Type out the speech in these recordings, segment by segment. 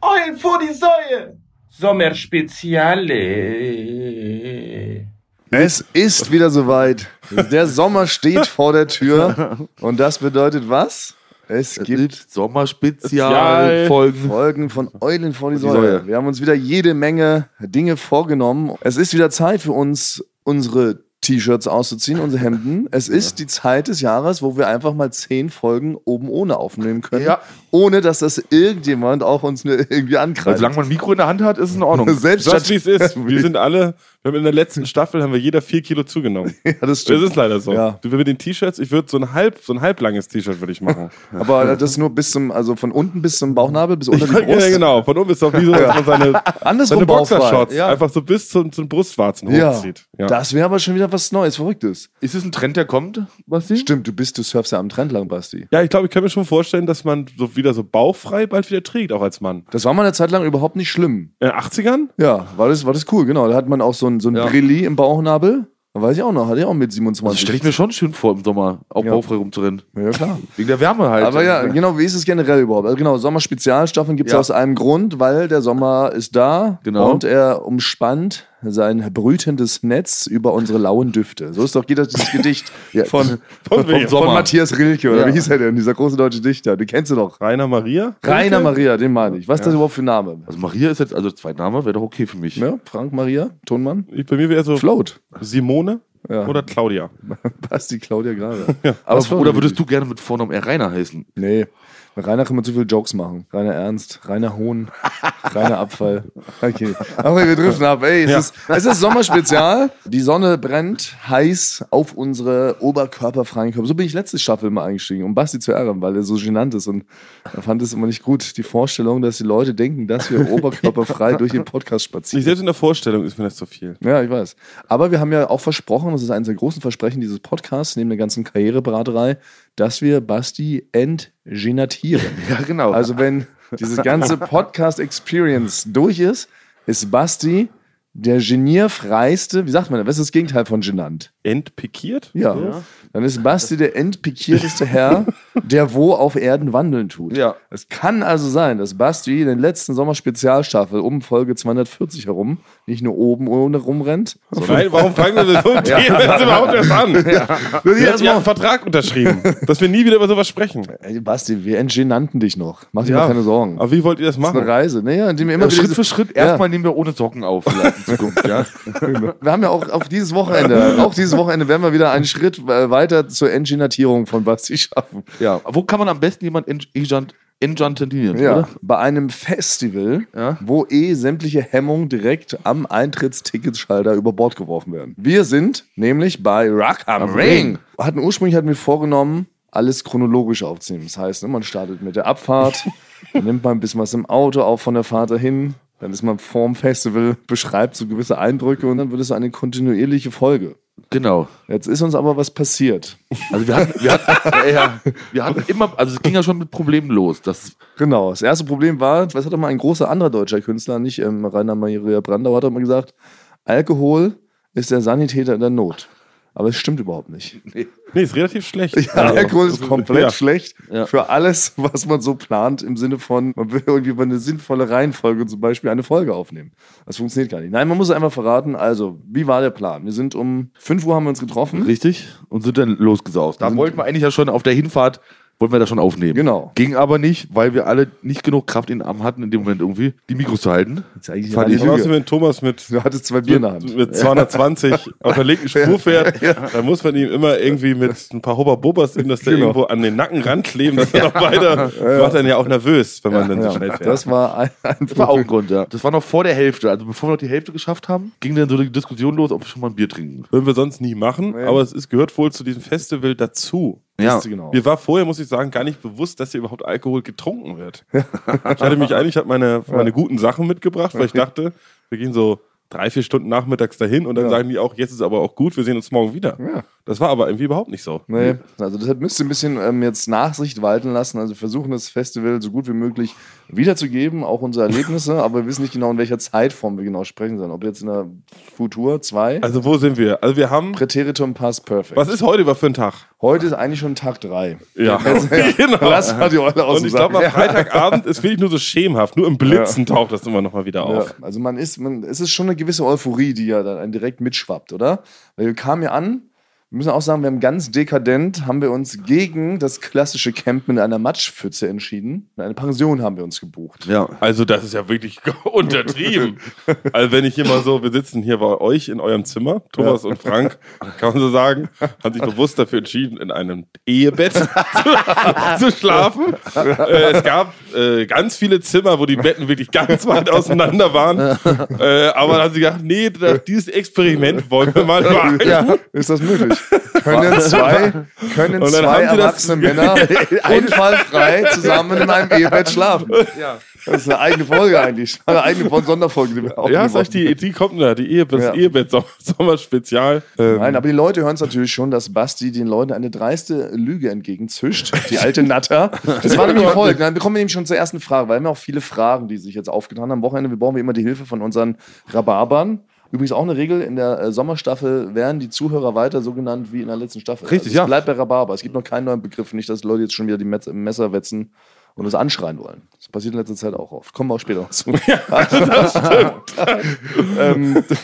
Eulen vor die Säue! Sommerspeziale. Es ist wieder soweit. Der Sommer steht vor der Tür. Und das bedeutet was? Es gibt Sommerspezialfolgen. Folgen von Eulen vor die Vor die Säue. Säule. Wir haben uns wieder jede Menge Dinge vorgenommen. Es ist wieder Zeit für uns, unsere T-Shirts auszuziehen, unsere Hemden. Es ist die Zeit des Jahres, wo wir einfach mal zehn Folgen oben ohne aufnehmen können. Ja. Ohne, dass das irgendjemand auch uns nur irgendwie angreift. Also Solange man ein Mikro in der Hand hat, ist es in Ordnung. Selbst Sagst wie es ist. Wir sind alle, wir haben in der letzten Staffel haben wir jeder vier Kilo zugenommen. ja, das Das stimmt. ist leider so. Ja. Du mit den T-Shirts, ich würde so ein halb, so ein halblanges T-Shirt würde ich machen. Aber das nur bis zum, also von unten bis zum Bauchnabel, bis unter die Ja, Brust. genau, von oben ist doch wie so, dass man seine, Andersrum seine Bauchfrei. Boxershorts Ja. einfach so bis zum, zum Brustwarzen Ja. hochzieht. Das wäre aber schon wieder was Neues, Verrücktes. Ist es ein Trend, der kommt, Basti? Stimmt, du bist, du surfst ja am Trend lang, Basti. Ja, ich glaube, ich kann mir schon vorstellen, dass man so wieder so bauchfrei bald wieder trägt, auch als Mann. Das war mal eine Zeit lang überhaupt nicht schlimm. In den 80ern? Ja, war das, war das cool, genau. Da hat man auch so ein, so ein Ja. Brilli im Bauchnabel. Da weiß ich auch noch, hatte ich auch mit Das 27. stelle ich mir schon schön vor im Sommer, auch Ja. bauchfrei rumzurennen. ja, klar. Wegen der Wärme halt. Aber ja, genau, wie ist es generell überhaupt? Also genau, Sommerspezialstaffeln gibt es Ja. aus einem Grund, weil der Sommer ist da Genau. und er umspannt sein brütendes Netz über unsere lauen Düfte. So ist doch, geht das dieses Gedicht Ja. von, Von wem? von, von Matthias Rilke, oder Ja. wie hieß er denn, dieser große deutsche Dichter? Den kennst du doch. Rainer Maria? Rainer Maria, den meine ich. Was ist das überhaupt für ein Name? Also Maria ist jetzt, also zwei Name wäre doch okay für mich. Ja, Frank Maria, Tonmann. Ich, bei mir wäre so Float. Simone Ja. oder Claudia. Basti Claudia gerade. Aber, Was für- oder würdest du gerne mit Vornamen eher Rainer heißen? Nee, mit Rainer kann man zu viele Jokes machen. Rainer Ernst, Rainer Hohn, Rainer Abfall. Okay. Aber wir driften ab. Ey, es, Ja. ist, es ist Sommerspezial. Die Sonne brennt heiß auf unsere oberkörperfreien Körper. So bin ich letzte Staffel immer eingestiegen, um Basti zu ärgern, weil er so genannt ist. Und er fand es immer nicht gut, die Vorstellung, dass die Leute denken, dass wir oberkörperfrei durch den Podcast Ich spazieren. selbst in der Vorstellung ist mir das zu viel. Ja, ich weiß. Aber wir haben ja auch versprochen, das ist eines der großen Versprechen dieses Podcasts, neben der ganzen Karriereberaterei, dass wir Basti entgenatieren. Ja, genau. Also, Also wenn dieses ganze Podcast-Experience durch ist, ist Basti der genierfreiste, wie sagt man, denn? was ist das Gegenteil von genannt? Entpikiert? Ja. Dann ist Basti der entpikierteste Herr, der wo auf Erden wandeln tut. Ja. Es kann also sein, dass Basti in den letzten Sommerspezialstaffel um Folge 240 herum nicht nur oben ohne rumrennt, Nein, warum fangen wir das so ein Thema jetzt überhaupt erst an? Wir haben ja einen Vertrag unterschrieben, dass wir nie wieder über sowas sprechen. Ey, Basti, wir entgenannten dich noch. Mach dir mal keine Sorgen. Aber wie wollt ihr das Das ist eine machen? Reise. Naja, indem wir immer ja, wieder Schritt diese- für Schritt, Ja. erstmal nehmen wir ohne Socken auf. vielleicht in Zukunft, ja. Wir haben ja auch auf dieses Wochenende, auch dieses Wochenende werden wir wieder einen Schritt äh, weiter zur Enginatierung von Basti schaffen. ja. Wo kann man am besten jemanden enchantinieren, ja. Ja. oder? Bei einem Festival, Ja. wo eh sämtliche Hemmungen direkt am Eintrittsticketschalter über Bord geworfen werden. Wir sind nämlich bei Rock am, Am Ring. Ring. Hatten ursprünglich hatten wir vorgenommen, alles chronologisch aufzunehmen. Das heißt, ne, man startet mit der Abfahrt, dann nimmt man ein bisschen was im Auto auf von der Fahrt dahin. Dann ist man vorm Festival, beschreibt so gewisse Eindrücke und dann wird es eine kontinuierliche Folge. Genau. Jetzt ist uns aber was passiert. Also wir hatten, wir hatten, ja, wir hatten immer, also es ging ja schon mit Problemen los. Das, Genau. Das erste Problem war, was hat mal ein großer anderer deutscher Künstler, nicht ähm, Rainer Maria Brandau, hat er mal gesagt, Alkohol ist der Sanitäter in der Not. Aber es stimmt überhaupt nicht. Nee, ist relativ schlecht. Alkohol ist komplett Ja. schlecht Ja. für alles, was man so plant, im Sinne von, man will irgendwie über eine sinnvolle Reihenfolge zum Beispiel eine Folge aufnehmen. Das funktioniert gar nicht. Nein, man muss es einfach verraten. Also, wie war der Plan? Wir sind um 5 Uhr haben wir uns getroffen. richtig. Und sind dann losgesaust. Da wollten wir eigentlich ja schon auf der Hinfahrt, wollten wir da schon aufnehmen. Genau. Ging aber nicht, weil wir alle nicht genug Kraft in den Arm hatten, in dem Moment irgendwie, die Mikros zu halten. Das ist eigentlich Fand eine ich- Aber außerdem, Lüge. wenn Thomas mit, Du hattest zwei Bier in der Hand. mit, mit 220 auf der linken Spur fährt, dann muss man ihm immer irgendwie mit ein paar Hubba-Bubbas ihm, dass der Genau. irgendwo an den Nacken rankleben, dass er noch weiter, macht dann ja auch nervös, wenn man dann so Ja, schnell fährt. das war ein, ein Das war auch ein Grund, ja. Das war noch vor der Hälfte. Also bevor wir noch die Hälfte geschafft haben, ging dann so die Diskussion los, ob wir schon mal ein Bier trinken. Würden wir sonst nie machen, aber es ist, gehört wohl zu diesem Festival dazu. Ja. Wusste genau. Mir war vorher, muss ich sagen, gar nicht bewusst, dass hier überhaupt Alkohol getrunken wird. ich hatte mich eigentlich, hat meine, meine guten Sachen mitgebracht, weil ich dachte, wir gehen so drei, vier Stunden nachmittags dahin und dann sagen die auch, jetzt ist aber auch gut, wir sehen uns morgen wieder. Das war aber irgendwie überhaupt nicht so. Nee. Also deshalb müsst ihr ein bisschen ähm, jetzt Nachsicht walten lassen. Also versuchen das Festival so gut wie möglich wiederzugeben, auch unsere Erlebnisse, aber wir wissen nicht genau, in welcher Zeitform wir genau sprechen sollen. Ob jetzt in der Futur 2, Also wo sind wir? Also wir haben. Präteritum Past Perfect. Was ist heute über für ein Tag? Heute ist eigentlich schon Tag 3. Ja, genau. Lass mal die Eule aus Und dem ich Sack. glaube, am Freitagabend ist wirklich nur so schemenhaft. Nur im Blitzen taucht das immer noch mal wieder Ja, auf. also man ist, man, es ist schon eine gewisse Euphorie, die ja dann einen direkt mitschwappt, oder? Weil wir kamen ja an, wir müssen auch sagen, wir haben ganz dekadent, haben wir uns gegen das klassische Campen in einer Matschpfütze entschieden. In eine Pension haben wir uns gebucht. Ja. Also das ist ja wirklich untertrieben. also wenn ich immer so, wir sitzen hier bei euch in eurem Zimmer, Thomas und Frank, kann man so sagen, haben sich bewusst dafür entschieden, in einem Ehebett zu, zu schlafen. Äh, es gab äh, ganz viele Zimmer, wo die Betten wirklich ganz weit auseinander waren. Äh, aber dann haben sie gedacht, nee, da- dieses Experiment wollen wir mal wagen. Ja, ist das möglich? Können zwei, können Und dann zwei haben die das- erwachsene Männer unfallfrei zusammen in einem Ehebett schlafen. Das ist eine eigene Folge eigentlich. Eine eigene Von- Sonderfolge, die wir auch Ja, sag ich, die, die kommt da, die Ehe, das Ja. Ehebett-Sommerspezial. Ähm, Nein, aber die Leute hören es natürlich schon, dass Basti den Leuten eine dreiste Lüge entgegenzischt. Die alte Natter. Das war nämlich folgt. Dann kommen wir eben schon zur ersten Frage, weil wir haben auch viele Fragen, die sich jetzt aufgetan haben. Am Wochenende wir brauchen wir immer die Hilfe von unseren Rhabarbern. Übrigens auch eine Regel, in der äh, Sommerstaffel werden die Zuhörer weiter so genannt wie in der letzten Staffel. Richtig, also es ja. bleibt bei Rhabarber. Es gibt noch keinen neuen Begriff, nicht, dass die Leute jetzt schon wieder die Metz im Messer wetzen und uns anschreien wollen. Das passiert in letzter Zeit auch oft. Kommen wir auch später noch zu. ähm,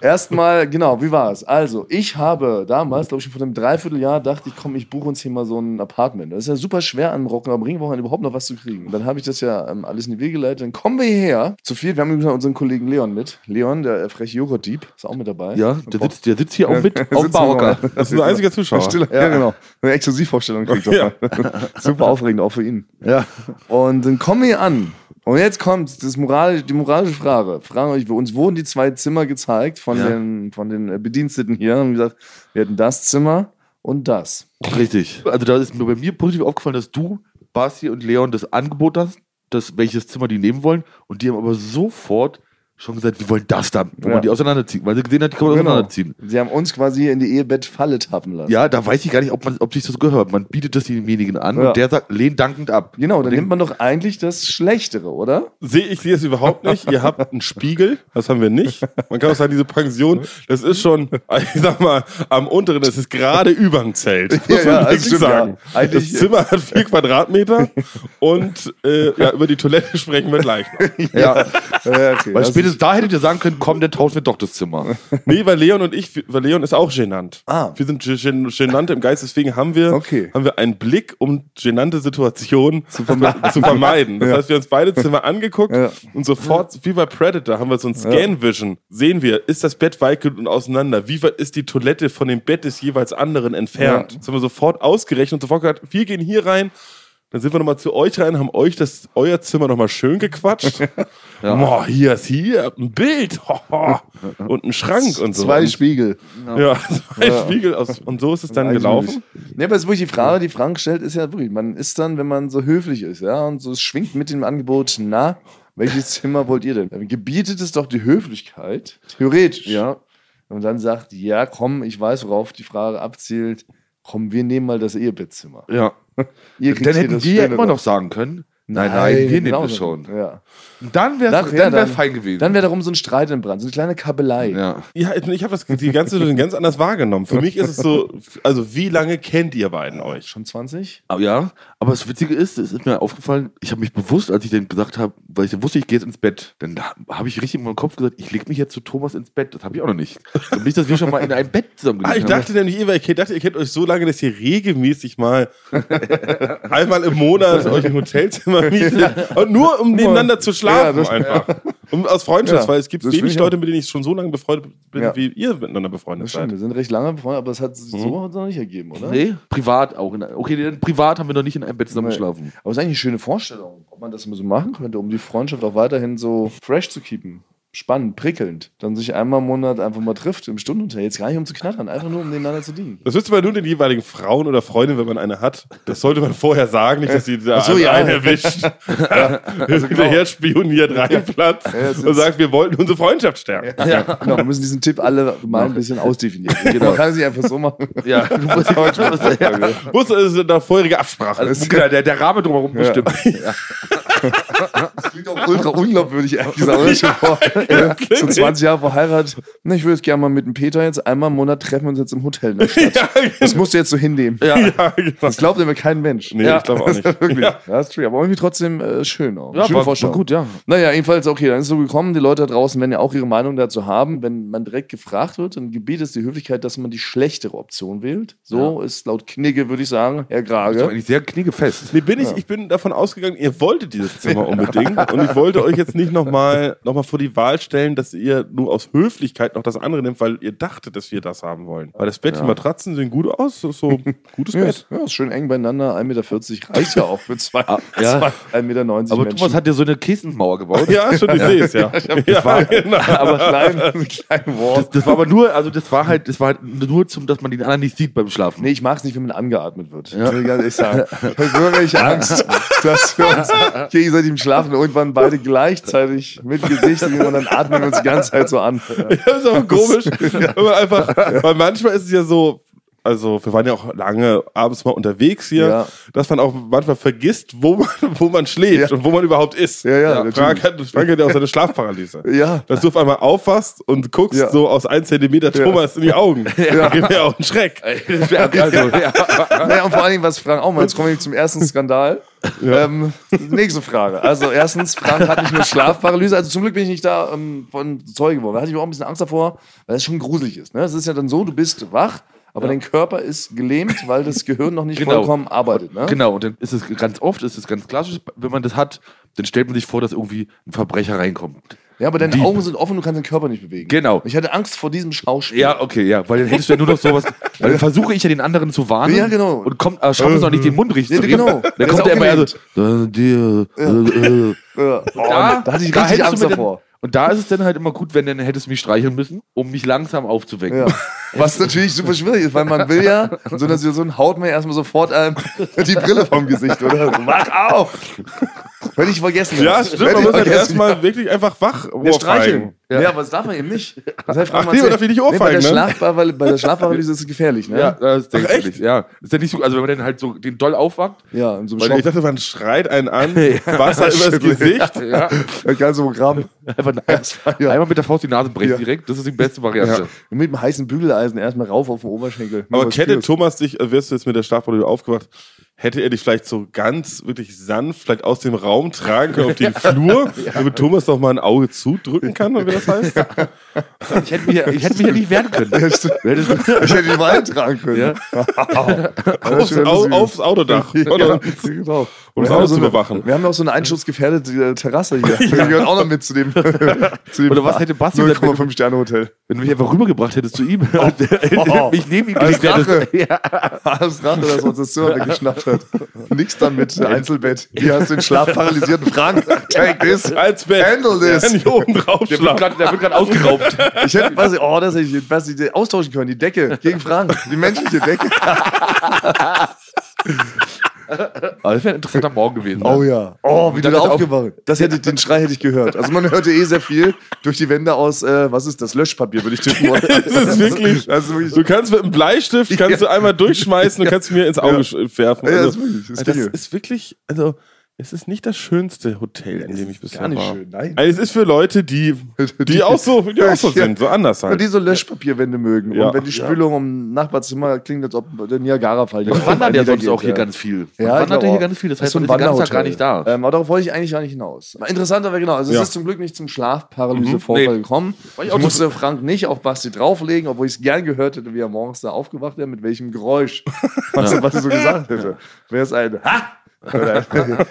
Erstmal, genau, wie war es? Also, ich habe damals, glaube ich, schon vor einem Dreivierteljahr dachte ich, komm, ich buche uns hier mal so ein Apartment. Das ist ja super schwer, am Rocken am Ringwochenende überhaupt noch was zu kriegen. Und dann habe ich das ja ähm, alles in die Wege geleitet. Dann kommen wir hierher. Zu viel, wir haben übrigens noch unseren Kollegen Leon mit. Leon, der äh, freche Joghurtdieb, ist auch mit dabei. Ja, der sitzt, der sitzt hier auch mit auf dem sitzt auch Barocker. Das ist ein einziger Zuschauer. Stille, ja, genau. Eine Exklusivvorstellung kriegt er. Super aufregend, auch für ihn. Ja. Und dann kommen wir hier an. Und jetzt kommt das moral, die moralische Frage. Fragen euch, uns wurden die zwei Zimmer gezeigt von, Ja. den, von den äh, Bediensteten hier. Und gesagt, wir hätten das Zimmer und das. Richtig. Also da ist mir bei mir positiv aufgefallen, dass du, Basti und Leon das Angebot hast, dass, welches Zimmer die nehmen wollen. Und die haben aber sofort schon gesagt, wir wollen das da, wo Ja. man die auseinanderziehen. Weil sie gesehen hat, die kann man Genau. auseinanderziehen. Sie haben uns quasi in die Ehebettfalle tappen lassen. Ja, da weiß ich gar nicht, ob, man, ob sich das gehört. Man bietet das demjenigen an Ja. und der sagt, lehnt dankend ab. Genau, dann nimmt man doch eigentlich das Schlechtere, oder? Sehe ich das überhaupt nicht. Ihr habt einen Spiegel, das haben wir nicht. Man kann auch sagen, diese Pension, das ist schon, ich sag mal, am unteren, das ist gerade über dem Zelt. Ja, ja, Muss man das wirklich stimmt, sagen. ja. Eigentlich- Das Zimmer hat vier Quadratmeter und äh, ja, über die Toilette sprechen wir gleich noch. Ja. Ja, okay. Also Weil spätestens da hättet ihr sagen können, komm, dann tauschen wir doch das Zimmer. Nee, weil Leon und ich, weil Leon ist auch genannt. Ah. Wir sind ge- gen- genannt im Geist, deswegen haben wir, Okay. haben wir einen Blick, um genannte Situationen zu, zu vermeiden. Das heißt, wir haben uns beide Zimmer angeguckt Ja. und sofort, wie bei Predator, haben wir so ein Scan-Vision. Sehen wir, ist das Bett weit genug auseinander? Wie weit ist die Toilette von dem Bett des jeweils anderen entfernt? Ja. Das haben wir sofort ausgerechnet und sofort gesagt, wir gehen hier rein. Dann sind wir nochmal zu euch rein, haben euch das, euer Zimmer nochmal schön gequatscht. Boah, hier ist hier ein Bild hoho, und ein Schrank und so. Zwei und, Spiegel. ja, zwei Spiegel aus. Und so ist es dann gelaufen. Ne, aber es ist wirklich die Frage, die Frank stellt, ist ja wirklich, man ist dann, wenn man so höflich ist, ja, und so es schwingt mit dem Angebot, na, welches Zimmer wollt ihr denn? Dann gebietet es doch die Höflichkeit, theoretisch, ja. Und dann sagt, ja, komm, ich weiß, worauf die Frage abzielt, komm, wir nehmen mal das Ehebettzimmer. Ja. Ihr kriegt Dann hier hätten das die ja Schönere. immer noch sagen können, nein, nein, wir genau nehmen das schon. Ja. Und Dann wäre Dann- dann, ja, dann wär dann- fein gewesen. Dann wäre darum so ein Streit in Brand, so eine kleine Kabelei. ja. Ja, ich habe das die ganze Situation ganz anders wahrgenommen. Für mich ist es so, also wie lange kennt ihr beiden euch? Schon 20? Aber Ah, ja, aber das Witzige ist, es ist mir aufgefallen, ich habe mich bewusst, als ich dann gesagt habe, weil ich wusste, ich gehe jetzt ins Bett, dann habe ich richtig in meinem Kopf gesagt, ich lege mich jetzt zu Thomas ins Bett. Das habe ich auch noch nicht. Und nicht, dass wir schon mal in einem Bett Ah, ich zusammengelegt haben. dachte nämlich, ihr, ich dachte, ihr kennt euch so lange, dass ihr regelmäßig mal einmal im Monat euch ein Hotelzimmer mietet. Und nur um nebeneinander zu schlafen Ja, das- einfach. Um, aus Freundschaft, Ja, weil es gibt das find wenig ich auch. Leute, mit denen ich schon so lange befreundet bin, Ja. wie ihr miteinander befreundet Das stimmt, seid. wir sind recht lange befreundet, aber das hat sich so noch nicht ergeben, oder? Mhm. ne? Nee, privat auch. In, okay, dann privat haben wir noch nicht in einem Bett zusammen Nee. geschlafen. Aber es ist eigentlich eine schöne Vorstellung, ob man das mal so machen könnte, um die Freundschaft auch weiterhin so fresh zu keepen. spannend, prickelnd. Dann sich einmal im Monat einfach mal trifft im Stundenhotel. Jetzt gar nicht um zu knattern, einfach nur um nebeneinander zu dienen. Das müsste man nur den jeweiligen Frauen oder Freundin, wenn man eine hat, das sollte man vorher sagen, nicht, dass sie da Ach so, ja. Also genau. einen erwischt, hinterher spioniert, reinplatzt Ja, das und ist- sagt, wir wollten unsere Freundschaft stärken. Ja. Genau, wir müssen diesen Tipp alle mal ein bisschen ausdefinieren. Genau, Man kann es nicht einfach so machen. Ja, also du musst ja manchmal was sagen. Muss also eine vorherige Absprache. Also, genau, der, der Rahmen drumherum muss Ja. stimmen. Das klingt auch ultra unglaubwürdig, ehrlich gesagt. Oder? Schon vor, ja, klingt so 20 Jahre verheiratet. Na, ich würde gerne mal mit dem Peter jetzt einmal im Monat treffen wir uns jetzt im Hotel in der Stadt. ja, Das musst du jetzt so hinnehmen. Ja. ja, genau. Das glaubt immer kein Mensch. Nee, ich glaube auch nicht. Wirklich. Ja, ist true. Aber irgendwie trotzdem äh, schön auch. Ja, Schöne war, Vorstellung. war gut, ja. Naja, jedenfalls, okay, dann ist es so gekommen. Die Leute da draußen werden ja auch ihre Meinung dazu haben. Wenn man direkt gefragt wird, dann gebietet es die Höflichkeit, dass man die schlechtere Option wählt. So ist laut Knigge, würde ich sagen, Herr Das war Grage. eigentlich sehr kniegefest. Nee, bin ich, ich bin davon ausgegangen, ihr wolltet dieses Zimmer unbedingt und ich wollte euch jetzt nicht nochmal noch mal vor die Wahl stellen, dass ihr nur aus Höflichkeit noch das andere nehmt, weil ihr dachtet, dass wir das haben wollen. Weil das Bett, die Ja. Matratzen sehen gut aus, das ist so ein gutes Ja, Bett. ist, ja, ist schön eng beieinander. 1,40 Meter reicht ja auch für zwei, Ah, ja. zwei 1,90 Meter Aber Menschen. Thomas hat ja so eine Kissenmauer gebaut. Ja, schon, ich sehe es, ja. ja, genau. aber klein, klein Wort. Das, das war aber nur, also das war halt, das war halt nur zum, dass man den anderen nicht sieht beim Schlafen. Nee, ich mag es nicht, wenn man angeatmet wird. Ja. Ich ehrlich sagen. Ich habe wirklich Angst, dass wir uns gegenseitig im Schlafen irgendwann beide gleichzeitig mit Gesicht und dann atmen wir uns die ganze Zeit so an. Das ist aber komisch. Wenn man einfach, weil manchmal ist es ja so, also wir waren ja auch lange abends mal unterwegs hier, Ja. dass man auch manchmal vergisst, wo man, wo man schläft Ja. und wo man überhaupt ist. Ja, ja, natürlich. Frank, hat, Frank hat ja auch seine Schlafparalyse. Ja. Dass du auf einmal aufwachst und guckst Ja. so aus 1 Zentimeter Thomas in die Augen. Ja. Gib mir auch einen Schreck. Das wär- also, ja. Naja, und vor allen Dingen, was Frank auch mal, jetzt kommen wir zum ersten Skandal. Ähm, nächste Frage. Also erstens, Frank hat nicht nur Schlafparalyse, also zum Glück bin ich nicht da ähm, von Zeuge geworden. Da hatte ich auch ein bisschen Angst davor, weil es schon gruselig ist. Ne? Es ist ja dann so, du bist wach, aber dein Körper ist gelähmt, weil das Gehirn noch nicht Genau. vollkommen arbeitet. Ne? Genau, und dann ist es ganz oft, ist es ganz klassisch, wenn man das hat, dann stellt man sich vor, dass irgendwie ein Verbrecher reinkommt. Ja, aber deine Die- Augen sind offen, du kannst den Körper nicht bewegen. Genau. Ich hatte Angst vor diesem Schauspiel. Ja, okay, ja, weil dann hättest du ja nur noch sowas, weil dann versuche ich ja den anderen zu warnen. Ja, genau. Und kommt, äh, schafft es noch nicht, den Mund richtig Ja, zu reden. genau. Der Dann ist kommt auch der immer ja gelähmt. so, äh, die, äh, äh. Ja. Oh, da hatte ich richtig da hättest du Angst mir dann- davor. Und da ist es dann halt immer gut, wenn dann hättest du mich streicheln müssen, um mich langsam aufzuwecken. Ja. Was natürlich super schwierig ist, weil man will ja, in so einer Situation haut man ja erstmal sofort einem die Brille vom Gesicht, oder? So, Wach auf! Wenn ich vergessen Ja, hab. stimmt. Wenn Man ich muss halt vergessen erstmal wirklich einfach wach ja, ohrfeigen. streicheln. Ja. aber das darf man eben nicht. Das heißt, Ach nee, man darf die nicht bei, der ohrfeigen, ne? Schlafbar, weil, bei der Schlafparalyse ist es gefährlich, ne? Ja, das denke ich nicht. Ja. Ist ja nicht so, also wenn man dann halt so den doll aufwacht, ja in so einem Weil ich Schlaf. dachte, man schreit einen an, Wasser übers Gesicht. ja, Das ganze Programm. einfach ein, Ja. einmal mit der Faust die Nase brechen Ja. direkt, das ist die beste Variante. Und mit dem heißen Bügeleisen erstmal rauf auf den Oberschenkel. Nur Aber was hätte spürst. Thomas dich, äh, wärst du jetzt mit der Schlafbrille aufgewacht, hätte er dich vielleicht so ganz wirklich sanft vielleicht aus dem Raum tragen können auf den Flur, damit Thomas doch mal ein Auge zudrücken kann, oder wie das heißt? Ich hätte mich, ja- ich hätte mich ja nicht wehren können. Ich hätte ihn mal eintragen können. Ja. Das Aufs, wäre au, süß. aufs Autodach. Ja, Oder? genau. um Wir das haben Auto so zu eine- bewachen. Wir haben auch so eine einschussgefährdete äh, Terrasse hier. Die gehört auch noch mit zu dem, zu dem Oder was hätte Basti gesagt, wenn du- 0,5 Sterne Hotel. Wenn du mich einfach rübergebracht hättest zu ihm und Oh. mich neben ihm Als gelegt hättest. Ja. Alles Rache, dass uns das Zimmer weggeschnappt hat. Nix dann mit äh, Einzelbett. Hier hast du den schlafparalysierten Frank. Take this. Als Bett. Handle this. Kann ich oben Der wird draufschlagen. grad- der wird gerade ausgeraubt. Ich hätte quasi, oh, dass ich quasi die austauschen können, die Decke gegen Frank. Die menschliche Decke. Aber das wäre ein interessanter Morgen gewesen. ne? Oh ja. Oh, wie Dann du da hat er auch- aufgewacht Das hätte den Schrei hätte ich gehört. Also man hörte eh sehr viel durch die Wände aus, äh, was ist das? Löschpapier, würde ich tippen. Also, Das ist wirklich. Also, Das ist wirklich. Du kannst mit einem Bleistift kannst du einmal durchschmeißen und kannst mir ins Auge sch- werfen. Ja, das ist Also, wirklich. Das ist das Dinge. ist wirklich, also es ist nicht das schönste Hotel, in dem ich bisher gar nicht war. schön, nein. Also, es ist für Leute, die, die, Die- auch so, die auch so Ja. sind, so anders Wenn halt. die so Löschpapierwände mögen Ja. und wenn die Spülung im Nachbarzimmer klingt, als ob der Niagara-Fall Man wandert ja sonst geht, auch hier ja. ganz viel. Man Ja, ich wandert glaube ja hier auch. ganz viel. Das Das ist heißt, so man ein ist den ganzen Tag gar Wanderhotel. nicht da. Ähm, aber darauf wollte ich eigentlich gar nicht hinaus. Aber Interessanter wäre genau, also Ja. es ist zum Glück nicht zum Schlafparalyse-Vorfall Mhm. Nee. gekommen. ich Ich auch musste Frank nicht auf Basti drauflegen, obwohl ich es gern gehört hätte, wie er morgens da aufgewacht wäre, mit welchem Geräusch, was, er- was er so gesagt hätte. Wäre es ein Ha! Oder-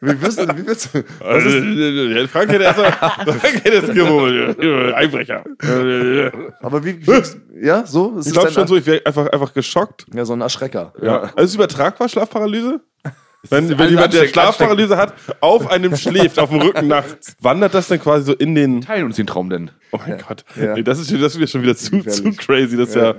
wie wirst du, wie wirst du, was Also, ist, äh, Frank hätte erst mal- Frank hätte es gewollt. Äh, Einbrecher. Äh, aber wie, ja, so? Es Ich ist glaube ein- schon so, ich wäre einfach, einfach geschockt. Ja, so ein Erschrecker. Ja. Also ist es übertragbar, Schlafparalyse? Wenn, wenn alles jemand, der ansteckend, Schlafparalyse hat, auf einem schläft, auf dem Rücken nachts, wandert das dann quasi so in den. Teilen uns den Traum denn. Oh mein Gott. Ja. Nee, das ist schon- das ist mir schon wieder zu, zu Gefährlich. crazy. Das ist ja.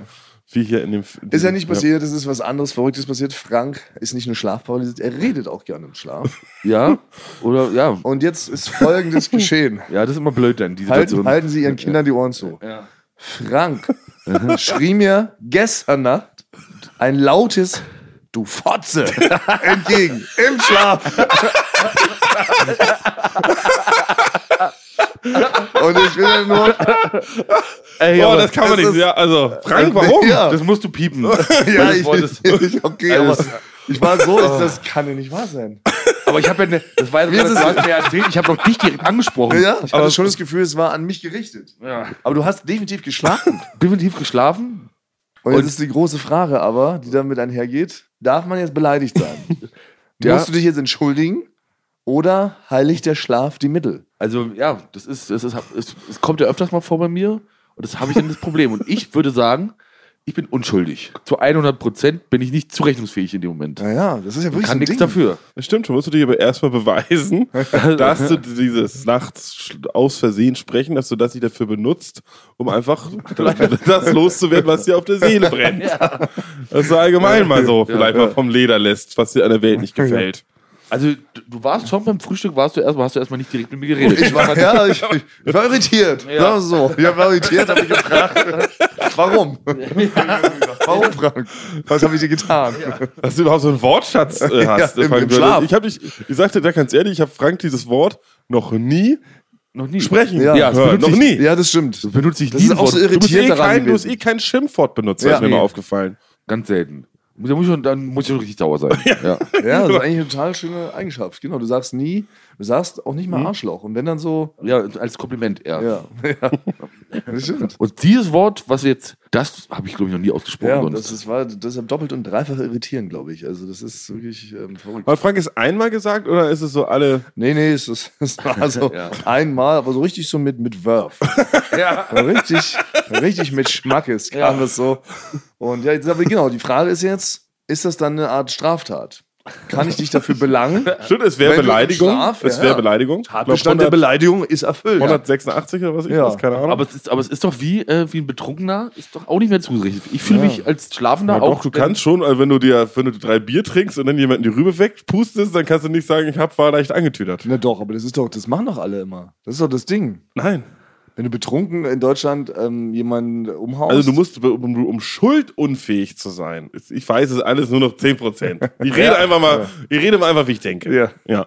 wie hier in dem. Ist ja nicht passiert, es ist was anderes Verrücktes passiert. Frank ist nicht nur schlafparalysiert, er redet auch gerne im Schlaf. Ja? Oder ja. Und jetzt ist folgendes geschehen. Ja, das ist immer blöd dann, die Halten, Situation. halten Sie Ihren Kindern die Ohren zu. Ja. Frank schrie mir gestern Nacht ein lautes Du Fotze entgegen im Schlaf. Und ich will ja nur. Ey, Oh, aber das kann man das nicht. ist- Ja, also, Frank, warum? Äh, Ja. das musst du piepen. Ja, Weil du ich, wolltest- ich, okay, aber Alles. ich war Oh. so, das kann ja nicht wahr sein. aber ich habe ja ne, das war Mir ja, ist du es- hast mir ja erzählt, ich habe noch dich direkt angesprochen. Ja, ich hatte schon das Gefühl, es war an mich gerichtet. Ja. Aber du hast definitiv geschlafen. Definitiv geschlafen. Und jetzt Und- ist die große Frage aber, die damit einhergeht, darf man jetzt beleidigt sein? Ja. Musst du dich jetzt entschuldigen oder heiligt der Schlaf die Mittel? Also ja, das ist, das ist, es, es kommt ja öfters mal vor bei mir und das habe ich dann das Problem. Und ich würde sagen, ich bin unschuldig. Zu 100 Prozent bin ich nicht zurechnungsfähig in dem Moment. Naja, das ist ja wirklich so Kann ein nichts Ding. dafür. Das stimmt schon. Musst du dir aber erstmal beweisen, dass du dieses nachts sch- aus Versehen sprechen, dass du das nicht dafür benutzt, um einfach das loszuwerden, was dir auf der Seele brennt. Das ist allgemein mal so. Vielleicht mal vom Leder lässt, was dir an der Welt nicht gefällt. Also du, du warst schon beim Frühstück, warst du erstmal, hast du erstmal nicht direkt mit mir geredet. Ich war, ja, ich, ich war irritiert. Ja. Sagen wir so. Ich war irritiert, habe ich gefragt. Warum? Warum, Frank? Was habe ich dir getan? Dass du überhaupt so einen Wortschatz äh, hast. Ja, im- Frank im Böhle. Schlaf. Ich habe dich, ich sagte da ganz ehrlich, ich habe Frank dieses Wort noch nie noch nie. sprechen Ja. Ja, das gehört. Noch benutze nie. Ja, das stimmt. Das benutze ich Das nie. ist ein auch Wort. so Du bist, irritierend eh daran kein, du bist eh gewesen. kein Schimpfwortbenutzer, Ja. ist mir Nee. mal aufgefallen. Ganz selten. Da muss ich schon, dann muss ich schon richtig sauer sein. Ja. Ja, das ist eigentlich eine total schöne Eigenschaft. Genau, du sagst nie, du sagst auch nicht mal Arschloch. Und wenn dann so, ja, als Kompliment eher. ja. ja. Das stimmt. Und dieses Wort, was jetzt, das habe ich glaube ich noch nie ausgesprochen Ja, sonst. das ist, war deshalb doppelt und dreifach irritierend, glaube ich. Also das ist wirklich ähm, verrückt. Hat Frank es einmal gesagt oder ist es so alle. Nee, nee, es, ist, es war so Ja. einmal, aber so richtig so mit, mit Werf. ja. Richtig, richtig mit Schmackes kam Ja. es so. Und ja, jetzt, aber genau, die Frage ist jetzt, ist das dann eine Art Straftat? Kann ich dich dafür belangen? Stimmt, es wäre Wenn du im Beleidigung. Schlaf- es ja. wäre Beleidigung. Ich glaub, Tatbestand der Beleidigung ist erfüllt. 186 oder was ich Ja. weiß, keine Ahnung. Aber es, ist, aber es ist doch wie, äh, wie ein Betrunkener, ist doch auch nicht mehr zugerechnet. Ich fühle mich als Schlafender Na, auch. doch, du kannst schon, also wenn du dir, wenn du drei Bier trinkst und dann jemanden die Rübe wegpustest, dann kannst du nicht sagen, ich hab war leicht angetüdert. Na doch, aber das ist doch, das machen doch alle immer. Das ist doch das Ding. Nein. Wenn du betrunken in Deutschland ähm, jemanden umhaust. Also du musst, um, um schuldunfähig zu sein, ist- ich weiß es alles nur noch 10%. Ich rede einfach mal, ich rede mal einfach, wie ich denke. Ja. ja.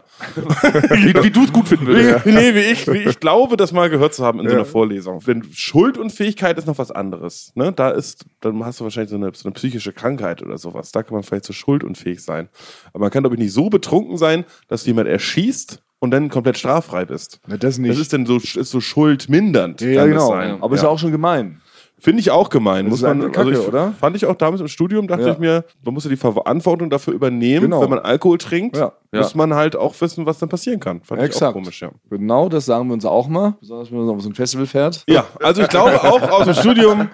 äh, Wie, wie du es gut finden Wie, würdest. Nee, wie ich, wie ich glaube, das mal gehört zu haben in so Ja. einer Vorlesung. Wenn Schuldunfähigkeit ist noch was anderes. Ne? Da ist, dann hast du wahrscheinlich so eine, so eine psychische Krankheit oder sowas. Da kann man vielleicht so schuldunfähig sein. Aber man kann, glaube ich, nicht so betrunken sein, dass du jemand erschießt und dann komplett straffrei bist. Na, das Das ist denn so, ist so schuldmindernd. ja, kann das genau. sein. Aber ist ja auch schon gemein. Finde ich auch gemein. Das Muss ist man, also einfach Kacke, ich, oder? Fand ich auch damals im Studium, dachte Ja. ich mir, man muss ja die Verantwortung dafür übernehmen. Genau. Wenn man Alkohol trinkt, Ja. muss man halt auch wissen, was dann passieren kann. Fand ich auch Exakt. komisch, ja. Genau, das sagen wir uns auch mal, besonders wenn man auf so ein Festival fährt. Ja, also ich glaube auch aus dem Studium,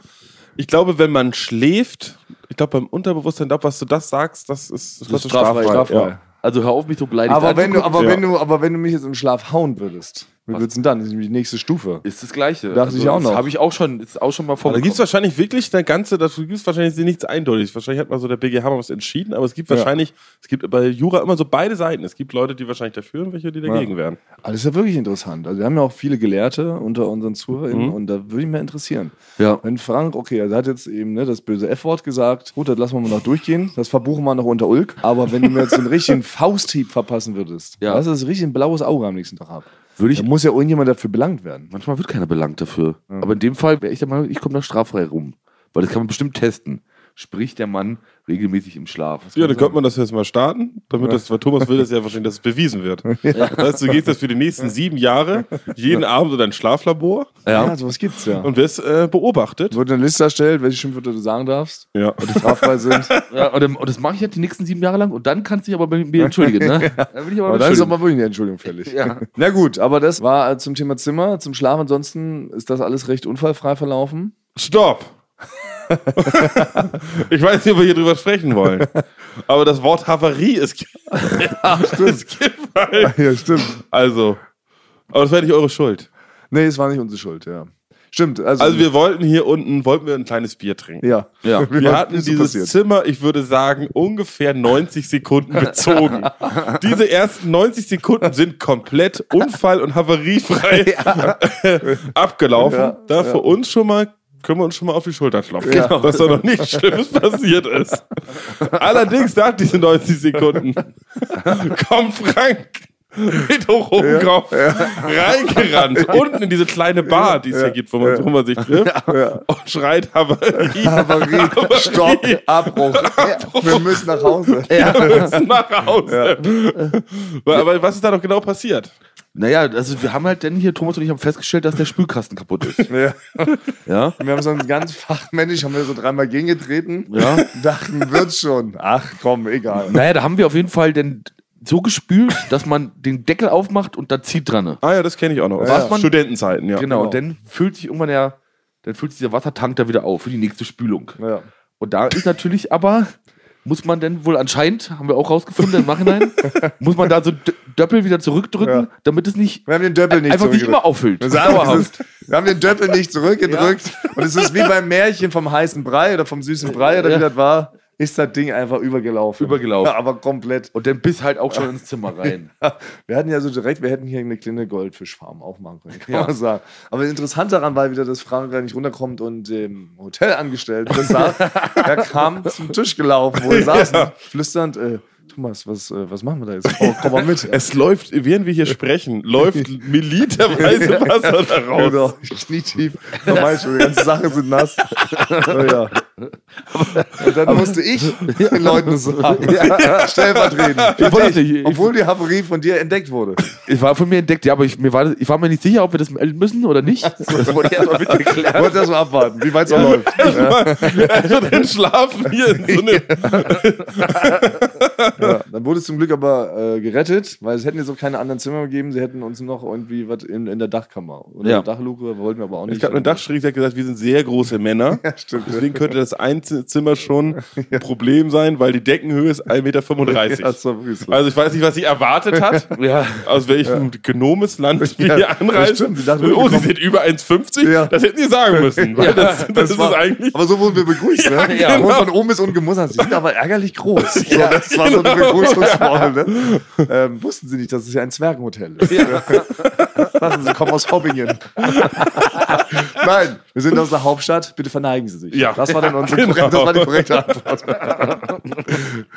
ich glaube, wenn man schläft, ich glaube beim Unterbewusstsein, da, was du das sagst, das ist, das ist Ja. Also hör auf, mich so beleidigt Aber wenn du, aber Ja. wenn du, aber wenn du mich jetzt im Schlaf hauen würdest, wie würdest du denn dann? Das ist nämlich die nächste Stufe. Ist das Gleiche. Dachte ich auch noch. Habe ich auch schon, ist auch schon mal Da vorgekommen. gibt es wahrscheinlich wirklich eine ganze, da gibt es wahrscheinlich nichts eindeutiges. Wahrscheinlich hat mal so der BGH mal was entschieden, aber es gibt wahrscheinlich, es gibt bei Jura immer so beide Seiten. Es gibt Leute, die wahrscheinlich dafür und welche, die dagegen wären. Aber Ah, das ist ja wirklich interessant. Also wir haben ja auch viele Gelehrte unter unseren Mhm. ZuhörerInnen und da würde ich mich interessieren. ja. Wenn Frank, okay, er hat jetzt eben ne, das böse F-Wort gesagt. Gut, das lassen wir mal noch durchgehen. Das verbuchen wir noch unter Ulk. Aber wenn du mir jetzt so einen richtigen Fausthieb verpassen würdest, Ja. weißt du, dass ich richtig ein blaues Auge am nächsten Tag habe, Würde ich, dann muss ja irgendjemand dafür belangt werden. manchmal wird keiner belangt dafür. Aber in dem Fall wäre ich der Meinung, ich komme da straffrei rum. Weil das kann man bestimmt testen. Spricht der Mann regelmäßig im Schlaf. Ja, dann könnte man das jetzt mal starten, damit das, weil Thomas will das ja wahrscheinlich, dass es bewiesen wird. Das heißt, du gehst das für die nächsten sieben Jahre jeden Abend in dein Schlaflabor Ja. sowas gibt's ja. und wirst äh, beobachtet. Wird eine Liste erstellt, welche Schimpfwörter du sagen darfst, Ja. die strafbar sind. ja und, dann- und das mache ich halt die nächsten sieben Jahre lang und dann kannst du dich aber bei mir entschuldigen. Ne? Dann bin ich aber Aber dann ist doch entschuldigen. mal wirklich eine Entschuldigung fällig. Ja. Na gut, aber das war äh, zum Thema Zimmer, zum Schlaf. Ansonsten ist das alles recht unfallfrei verlaufen. Stopp! Ich weiß nicht, ob wir hier drüber sprechen wollen. Aber das Wort Havarie ist. es gibt halt. ja, stimmt. Also. Aber das wäre nicht eure Schuld. Nee, es war nicht unsere Schuld, ja. Stimmt. Also, Also wir wollten hier unten, wollten wir ein kleines Bier trinken. ja. Ja. Wie Wir war- hatten wie ist das dieses passiert? Zimmer, ich würde sagen, ungefähr 90 Sekunden bezogen. Diese ersten 90 Sekunden sind komplett unfall- und havariefrei abgelaufen. Ja, da für uns schon mal können wir uns schon mal auf die Schulter klopfen, Genau. dass da noch nichts Schlimmes passiert ist. Allerdings nach diesen 90 Sekunden kommt Frank mit hohem Kopf reingerannt, unten in diese kleine Bar, die es hier gibt, wo man, wo man sich trifft, und schreit Havarie. Havarie, Stopp, Abbruch. Wir müssen nach Hause. Wir müssen nach Hause. Weil- Aber was ist da noch genau passiert? Naja, also wir haben halt dann hier, Thomas und ich haben festgestellt, dass der Spülkasten kaputt ist. Ja. Ja. Wir haben so einen ganz fachmännisch, haben wir so dreimal gegengetreten. Ja. Dachten, wird schon. Ach komm, egal. Naja, da haben wir auf jeden Fall denn so gespült, dass man den Deckel aufmacht und da zieht dran. Ah ja, das kenne ich auch noch. aus Was man- Studentenzeiten, ja. genau, genau. und dann füllt sich irgendwann der, dann füllt sich der Wassertank da wieder auf für die nächste Spülung. Ja. Und da ist natürlich aber, muss man dann wohl anscheinend, haben wir auch rausgefunden im Nachhinein, muss man da so D- Döppel wieder zurückdrücken, Ja. damit es nicht Wir haben den Döppel nicht einfach wie zurückgedrückt. immer auffüllt. Wir, sagen, es Dauerhaft. ist, wir haben den Döppel nicht zurückgedrückt. Und es ist wie beim Märchen vom heißen Brei oder vom süßen Brei oder Ja. wie das war, ist das Ding einfach übergelaufen. Übergelaufen. Ja, aber komplett. Und dann bis halt auch schon ins Zimmer rein. Wir hatten ja so direkt, wir hätten hier eine kleine Goldfischfarm aufmachen können, kann Ja. man sagen. Aber interessant daran war wieder, dass Frank da nicht runterkommt und dem Hotelangestellten das sagt, er kam zum Tisch gelaufen, wo wir saßen, flüsternd, äh, Thomas, was, äh, was machen wir da jetzt? Komm, komm mal mit. Es läuft, während wir hier sprechen, läuft milliterweise Wasser da raus. Genau, knietief. Normal schon, die ganze Sache sind nass. Oh, ja. Und dann musste ich den Leuten das sagen. Stellvertretend. Ich wollte nicht. Obwohl die Havarie von dir entdeckt wurde. Ich war von mir entdeckt, ja, aber ich, mir war, das- ich war mir nicht sicher, ob wir das melden müssen oder nicht. Das wurde erstmal Ich wollte erst mal abwarten, wie weit es noch läuft. Also dann schlafen wir in so einem Ja, dann wurde es zum Glück aber äh, gerettet, weil es hätten jetzt auch keine anderen Zimmer gegeben. Sie hätten uns noch irgendwie was in, in der Dachkammer oder Ja. der Dachluke, wollten wir aber auch nicht. Ich habe mit Dachschräg gesagt, wir sind sehr große Männer. stimmt. Deswegen könnte das Einzelzimmer schon ein Problem sein, weil die Deckenhöhe ist 1,35 Meter. Ja, so wie es läuft. Also ich weiß nicht, was sie erwartet hat, Ja. aus welchem gnomes Land wir Ja, hier das anreisen. stimmt, sie dachten, wir oh, sie kommen- sind über 1,50? Ja. Das hätten sie sagen müssen. Weil Ja, das, das, ist war- eigentlich... aber so wurden wir begrüßt, ne? Ja, Und von oben bis unten gemussert. Sie sind aber ärgerlich groß. So, das war so eine genau. Begrüßungsformel, ne? Ähm, wussten sie nicht, dass es ja ein Zwergenhotel ist. Dachten sie, kommen aus Hobbingen. Nein, wir sind aus der Hauptstadt, bitte verneigen Sie sich. Ja. Das war dann unsere Genau. korrekte- das war die korrekte Antwort.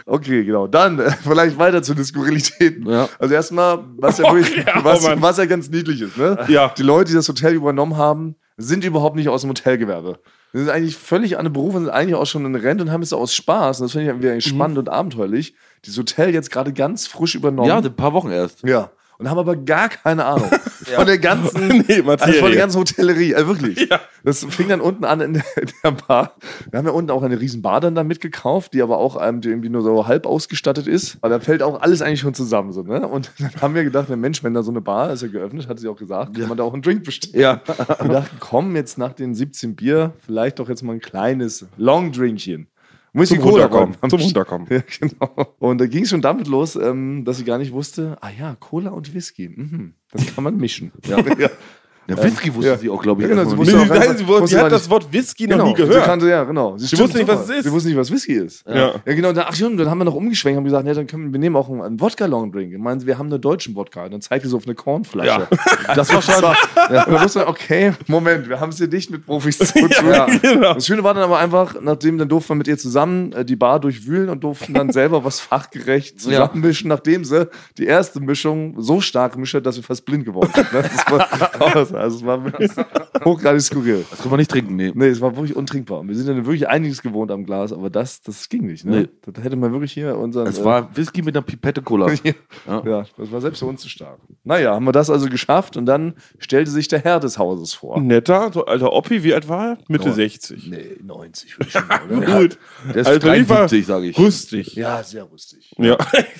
okay, genau. Dann äh, vielleicht weiter zu den Skurrilitäten. Ja. Also erstmal, was ja, wirklich, Oh ja, was, Mann. was ja ganz niedlich ist, ne? Ja. die Leute, die das Hotel übernommen haben, sind überhaupt nicht aus dem Hotelgewerbe. Die sind eigentlich völlig andere Berufe, sind eigentlich auch schon in Rente und haben es aus Spaß. Und das finde ich irgendwie eigentlich spannend und abenteuerlich. Dieses Hotel jetzt gerade ganz frisch übernommen. ja, ein paar Wochen erst. Ja. Und haben aber gar keine Ahnung von der ganzen Nee, also Materie. von der ganzen Hotellerie, äh, wirklich. Ja. Das fing dann unten an in der, in der Bar. Wir haben ja unten auch eine riesen Bar dann da mitgekauft, die aber auch ähm, die irgendwie nur so halb ausgestattet ist. Aber da fällt auch alles eigentlich schon zusammen. So, ne? Und dann haben wir gedacht, na Mensch, wenn da so eine Bar ist ja geöffnet, hat sie auch gesagt, kann man da auch einen Drink bestellen. Ja. Wir dachten, komm, jetzt nach den 17 Bier, vielleicht doch jetzt mal ein kleines Long-Drinkchen. Muss zum die Cola Runterkommen. kommen. Zum Runterkommen. Ja, genau. Und da ging es schon damit los, ähm, dass sie gar nicht wusste, ah ja, Cola und Whisky, mhm, das kann man mischen. Ja. Der Whisky wusste ja. sie auch, glaube ich. Ja, genau, erstmal sie Nee, nicht. wusste auch sie- einfach- nein, sie, wusste, wusste sie gar hat das Wort Whisky Genau, noch nie Sie, gehört. kannte, ja, genau. Sie, stimmt, wusste nicht, was super. es ist. Sie wusste nicht, was Whisky ist. Ja. Ja. Ja, genau. Und dann, ach stimmt, dann haben wir noch umgeschwenkt, haben gesagt, ja, dann können wir nehmen auch einen, einen Wodka-Long-Drink. Meinen sie, wir haben einen deutschen Wodka. Und dann zeigte sie auf eine Kornflasche. Das war schon. ja. Und dann wusste man, okay, Moment, wir haben es hier nicht mit Profis zu tun. Ja, genau. Das Schöne war dann aber einfach, nachdem dann durften wir mit ihr zusammen äh, die Bar durchwühlen und durften dann selber was fachgerecht zusammenmischen, nachdem sie die erste Mischung so stark gemischt hat, dass wir fast blind geworden sind. Ne? Das war, also es war wirklich hochgradig skurril. Das können wir nicht trinken, nee. Nee, es war wirklich untrinkbar. Und wir sind dann wirklich einiges gewohnt am Glas, aber das, das ging nicht. Ne? Das hätte man wirklich hier unseren. Es war Whisky mit einer Pipette Cola. äh, ja, das war selbst für uns zu stark. Naja, haben wir das also geschafft und dann stellte sich der Herr des Hauses Hm. vor. Netter, so alter Oppi, wie alt war er? Mitte Neun. 60. Nee, 90 würde ich schon sagen, oder? Gut. Der ist Also, der lieber- 73, sage ich. Rüstig. Ja, sehr rüstig. Ja.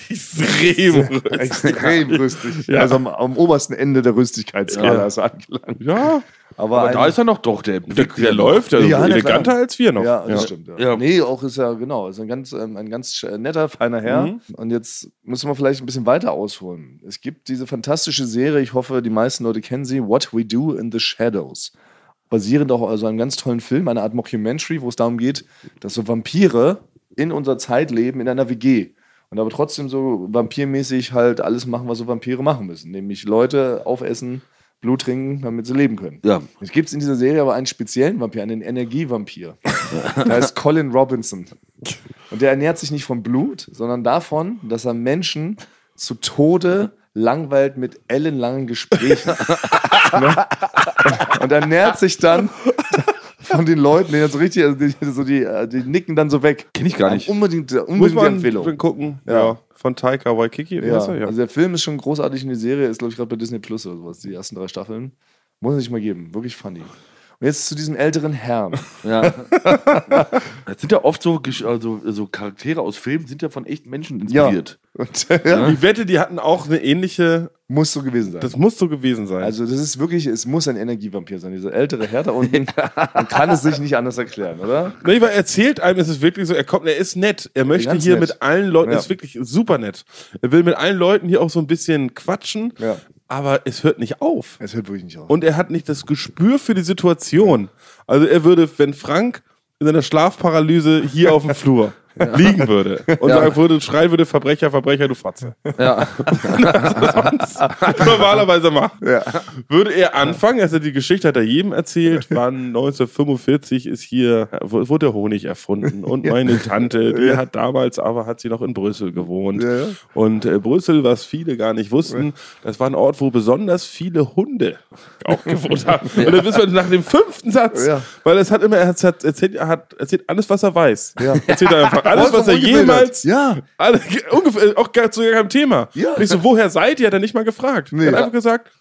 Extrem rüstig. Extrem rüstig. Ja. Also am, am obersten Ende der Rüstigkeitsskala Ja. ist er angelangt. Ja. Aber, Aber da ein- ist er noch doch der. Der, der läuft, also Ja, na eleganter klar. als wir noch. Ja, das Ja. stimmt. Ja. Ja. Nee, auch ist er, genau, ist ein ganz, ähm, ein ganz sch- netter, feiner Herr. Mhm. Und jetzt müssen wir vielleicht ein bisschen weiter ausholen. Es gibt diese fantastische Serie, ich hoffe, die meisten Leute kennen sie, What We Do in the Shadows. Basierend auch also einem ganz tollen Film, einer Art Mockumentary, wo es darum geht, dass so Vampire in unserer Zeit leben, in einer WG. Und aber trotzdem so vampirmäßig halt alles machen, was so Vampire machen müssen. Nämlich Leute aufessen, Blut trinken, damit sie leben können. Ja. Es gibt in dieser Serie aber einen speziellen Vampir, einen Energievampir. da ist Colin Robinson. Und der ernährt sich nicht von Blut, sondern davon, dass er Menschen zu Tode langweilt mit ellenlangen Gesprächen. ne? Und ernährt sich dann von den Leuten, die jetzt richtig, also die, so die, äh, die nicken dann so weg. Kenn ich gar nicht. Unbedingt, Muss unbedingt die man Empfehlung. gucken. Ja. Ja. Von Taika Waikiki. Ja. weißt du? Ja. Also der Film ist schon großartig und die Serie ist, glaube ich, gerade bei Disney Plus oder sowas, die ersten drei Staffeln. Muss ich mal geben. Wirklich funny. Und jetzt zu diesem älteren Herrn. Ja. das sind ja oft so, Gesch- also, so Charaktere aus Filmen, sind ja von echten Menschen inspiriert. Und ja. Ich wette, die hatten auch eine ähnliche. muss so gewesen sein. Das muss so gewesen sein. also das ist wirklich, es muss ein Energievampir sein. Dieser ältere Herr da unten, man kann es sich nicht anders erklären, oder? Nee, Ne, weil er erzählt einem, es ist wirklich so, er kommt, er ist nett. Er möchte Ganz hier nett. mit allen Leuten, Ja. ist wirklich super nett. Er will mit allen Leuten hier auch so ein bisschen quatschen, Ja. aber es hört nicht auf. Es hört wirklich nicht auf. Und er hat nicht das Gespür für die Situation. Also er würde, wenn Frank in seiner Schlafparalyse hier auf dem Flur liegen würde und Ja. sagen würde, schreien würde, Verbrecher, Verbrecher, du Fratze. Ja. Was er normalerweise macht. Ja. Würde er anfangen, also die Geschichte hat er jedem erzählt, wann 1945 ist hier, wurde der Honig erfunden und meine Tante, die hat damals aber, hat sie noch in Brüssel gewohnt. Ja, ja. Und äh, Brüssel, was viele gar nicht wussten, das war ein Ort, wo besonders viele Hunde auch gewohnt haben. Und dann wissen wir nach dem fünften Satz, Ja. weil es hat immer, er hat, hat, erzählt, er hat erzählt alles, was er weiß. Ja. Erzählt er einfach alles, was er Vollkommen ungebildet. jemals, Ja. alle, ungefähr, auch gar, zu gar keinem Thema. Ja. Nicht so, woher seid ihr? Hat er nicht mal gefragt. Nee. Er hat einfach gesagt,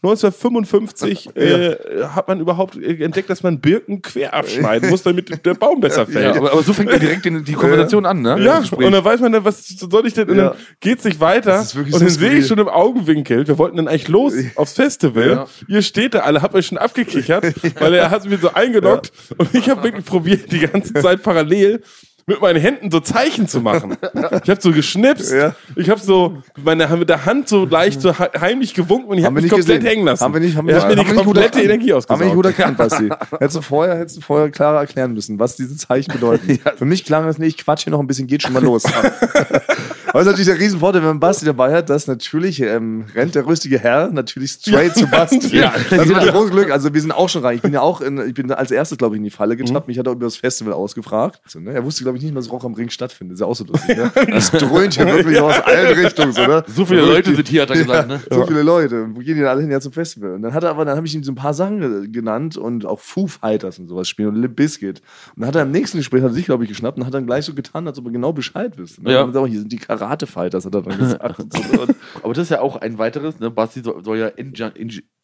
1955 äh, hat man überhaupt äh, entdeckt, dass man Birken quer abschneiden muss, damit der Baum besser Ja, fällt. aber, aber so fängt ja direkt den, die Konversation an, ne? Ja, Das Gespräch. und dann weiß man dann, was soll ich denn? Und Ja. dann geht's nicht weiter. Das ist wirklich und so dann sehe ich skurril. schon im Augenwinkel, wir wollten dann eigentlich los aufs Festival. Ja. Ihr steht da alle, habt euch schon abgekichert, weil er hat mir so eingeloggt und ich habe wirklich probiert, die ganze Zeit parallel mit meinen Händen so Zeichen zu machen. Ich habe so geschnipst, Ja. ich habe so meine, mit der Hand so leicht so he- heimlich gewunken und ich habe Haben wir mich nicht komplett gesehen. hängen lassen. Haben wir nicht, haben er wir, hat mir haben die wir nicht gut komplette erkannt. Energie Haben wir nicht ausgesaugt. gut erkannt, Basti. Hättest du vorher, hättest du vorher klarer erklären müssen, was diese Zeichen bedeuten. Für mich klang das nicht, ich quatsche hier noch ein bisschen, geht schon mal los. Aber es ist natürlich der Riesenvorteil, wenn man Basti dabei hat, dass natürlich ähm, rennt der rüstige Herr natürlich straight zu Basti. Ja. Das ist ein großes Glück. Also wir sind auch schon rein. Ich bin ja auch in, ich bin als erstes, glaube ich, in die Falle getappt. Mhm. Mich hat er über das Festival ausgefragt. So, ne? Er wusste, glaube ich, nicht mal, dass Rauch am Ring stattfindet. Ist ja auch so lustig. Ne? Das dröhnt hier wirklich aus allen Richtungen. So, ne? So viele Leute sind hier, hat er gesagt, ne? So viele Leute. Wo gehen die denn alle hin? Ja, zum Festival. Und dann hat er aber, dann habe ich ihm so ein paar Sachen ge- genannt und auch Foo Fighters und sowas spielen und Lip Bizkit. Und dann hat er im nächsten Gespräch, hat er sich, glaube ich, geschnappt und hat dann gleich so getan, als ob er genau Bescheid wüsste. Ne? Ja. Und Dann sagt, er, hier sind die Karate Fighters, hat er dann gesagt. und so. Und Aber das ist ja auch ein weiteres, ne? Basti soll, soll ja entgen-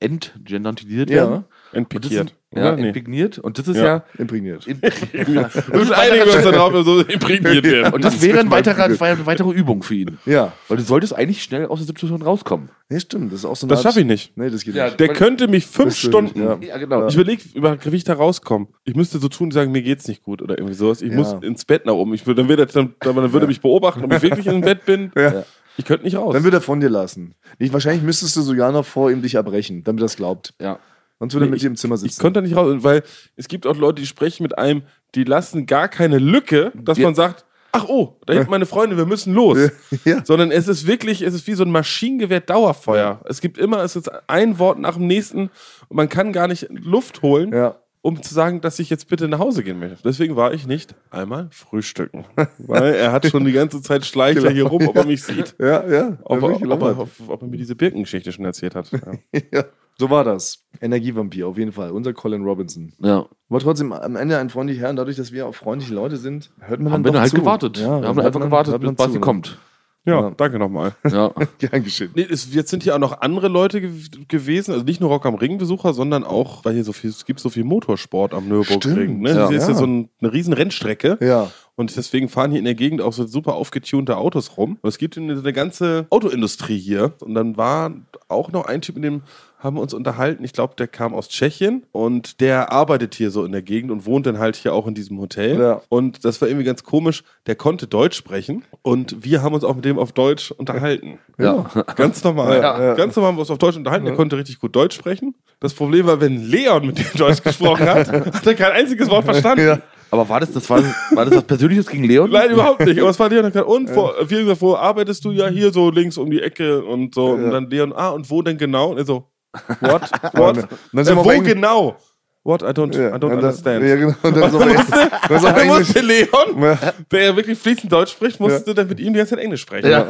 entgen- entgendantisiert Ja. werden. Und das Entpikiert. ist, ja, oder? Nee. imprägniert. Und das ist Ja. ja. imprägniert. in- Wir müssen einigen uns darauf, dass wir so imprägniert werden. und das wäre ein weiterer, eine weitere Übung für ihn. Ja. Weil du solltest eigentlich schnell aus der Situation rauskommen. Nee, stimmt. Das ist auch so eine Das Art- schaffe ich nicht. Nee, das geht Ja, nicht. Der könnte mich fünf Das stimmt, Stunden ja. genau. Ich überlege, über wie ich da rauskomme. Ich müsste so tun und sagen, mir geht's nicht gut oder irgendwie sowas. Ich Ja. muss ins Bett nach oben. Ich würde, dann würde, dann, dann würde mich beobachten, ob ich wirklich im Bett bin. Ja. Ich könnte nicht raus. Dann wird er von dir lassen. Nicht, wahrscheinlich müsstest du sogar noch vor ihm dich erbrechen, damit er es glaubt. Ja. Sonst würde er Nee, mit dir im Zimmer sitzen. ich konnte nicht raus, weil es gibt auch Leute, die sprechen mit einem, die lassen gar keine Lücke, dass Ja. man sagt, ach oh, da hinten meine Freunde, wir müssen los. Ja. Sondern es ist wirklich, es ist wie so ein Maschinengewehr Dauerfeuer. Es gibt immer, es ist ein Wort nach dem nächsten und man kann gar nicht Luft holen. Ja. um zu sagen, dass ich jetzt bitte nach Hause gehen möchte. Deswegen war ich nicht einmal frühstücken. Weil er hat schon die ganze Zeit schleicht er hier rum, ob er mich sieht. Ja, ja. Ja, Ob, er, wirklich ob, gelaufen. er, ob, ob er mir diese Birkengeschichte schon erzählt hat. Ja. Ja. So war das. Energievampir, auf jeden Fall. Unser Colin Robinson. ja. Aber trotzdem am Ende ein freundlicher Herr. Und dadurch, dass wir auch freundliche Leute sind, hört man Haben dann wir dann doch halt zu. gewartet. Ja, wir haben einfach gewartet, bis Basti kommt. Ja, Ja. danke nochmal. Ja. Gern geschehen. Nee, es, jetzt sind hier auch noch andere Leute gew- gewesen, also nicht nur Rock am Ring Besucher, sondern auch, weil hier so viel, es gibt so viel Motorsport am Nürburgring. Stimmt, Ne? ja. hier ist Ja. ja so ein, eine riesen Rennstrecke. Ja. Und deswegen fahren hier in der Gegend auch so super aufgetunte Autos rum. Und es gibt eine, eine ganze Autoindustrie hier. Und dann war auch noch ein Typ in dem haben wir uns unterhalten. Ich glaube, der kam aus Tschechien und der arbeitet hier so in der Gegend und wohnt dann halt hier auch in diesem Hotel. Ja. Und das war irgendwie ganz komisch. Der konnte Deutsch sprechen und wir haben uns auch mit dem auf Deutsch unterhalten. Ja. Ganz normal. Ja, ja. Ganz normal haben wir uns auf Deutsch unterhalten. Der konnte richtig gut Deutsch sprechen. Das Problem war, wenn Leon mit dem Deutsch gesprochen hat, hat er kein einziges Wort verstanden. Ja. Aber war das, das war, war das was Persönliches gegen Leon? Nein, überhaupt nicht. Aber es war Leon. der gesagt, Und vor, wie gesagt, wo arbeitest du ja hier so links um die Ecke und so. Ja. Und dann Leon, ah, und wo denn genau? Und er so, what? What? Und dann sind wir äh, wo bei- genau? What? I don't, Ja, I don't und das- understand. Ja, genau. Und das ist auf Englisch. Das ist auf Da Englisch. musste Leon, Ja. der ja wirklich fließend Deutsch spricht, musste dann mit ihm die ganze Zeit Englisch sprechen. Ja.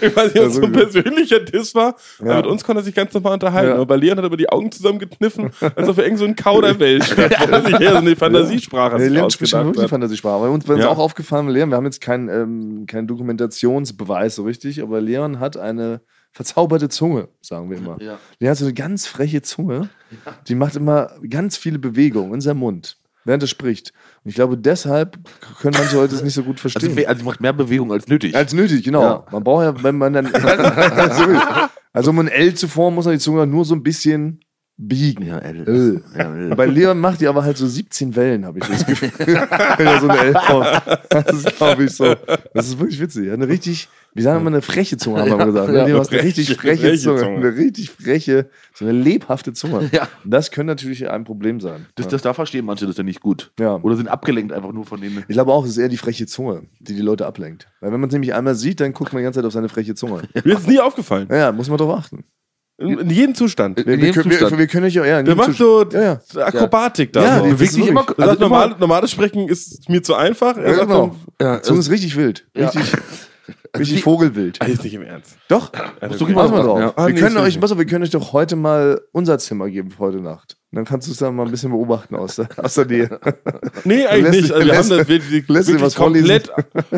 Ich weiß nicht, ob es so ein wirklich. persönlicher Diss war, aber Ja. mit uns konnte er sich ganz normal unterhalten. Ja. Aber bei Leon hat er über die Augen zusammengekniffen, als ob er irgend so ein Kauderwelsch statt, wo er sich eher so eine Fantasiesprache Ja, sich Leon spricht schon ausgedacht wirklich hat. Fantasiesprache. Bei uns bei uns Ja. auch aufgefallen, Leon, wir haben jetzt keinen ähm, keinen Dokumentationsbeweis so richtig, aber Leon hat eine verzauberte Zunge, sagen wir immer. Ja. Leon hat so eine ganz freche Zunge, die macht immer ganz viele Bewegungen in seinem Mund, während er spricht. Und ich glaube, deshalb können manche Leute es nicht so gut Also, verstehen. mehr, also die macht mehr Bewegung als nötig. Als nötig, genau. Ja. Man braucht ja, wenn man dann. also, um ein L zu formen, muss man die Zunge nur so ein bisschen biegen. Äh. ja, L. L. Ja, L. Bei Leon macht die aber halt so 17 Wellen, habe ich das Gefühl. Wenn er so eine L macht. Das ist, glaube ich, so. Das ist wirklich witzig. Er hat eine richtig, wie sagen wir mal, eine freche Zunge, haben wir gesagt. Ja, Ja, Leon hat eine freche, richtig freche, freche Zunge. Zunge. Eine richtig freche, so eine lebhafte Zunge. Ja. Und das könnte natürlich ein Problem sein. ne? Das, das da verstehen manche das ja nicht gut. Ja. Oder sind abgelenkt einfach nur von denen. Ich glaube auch, es ist eher die freche Zunge, die die Leute ablenkt. Weil wenn man es nämlich einmal sieht, dann guckt man die ganze Zeit auf seine freche Zunge. Mir ist es nie aufgefallen. Ja, muss man drauf achten. In, in jedem Zustand. Wir, In wir, jedem können, wir, Zustand. wir können euch ja, ja, in Der jedem macht Zustand- so Ja, ja. Akrobatik Ja, da. so. die- Also, bewegt sich immer- er sagt, immer- normal, normales Sprechen ist mir zu einfach. Er Ja, sagt genau. Ja, also Die Zunge ist richtig wild. Richtig, richtig die- vogelwild. dann, ist nicht im Ernst. Doch, Musst du guck mal Ja. drauf. Ah, wir, nee, können euch, das will ich pass auf, wir können euch doch heute mal unser Zimmer geben für heute Nacht. Und dann kannst du es dann mal ein bisschen beobachten aus der, aus der Nähe. Nee, eigentlich Lässt- nicht. Also, wir lässt- haben das wirklich, lässt sie wirklich was komplett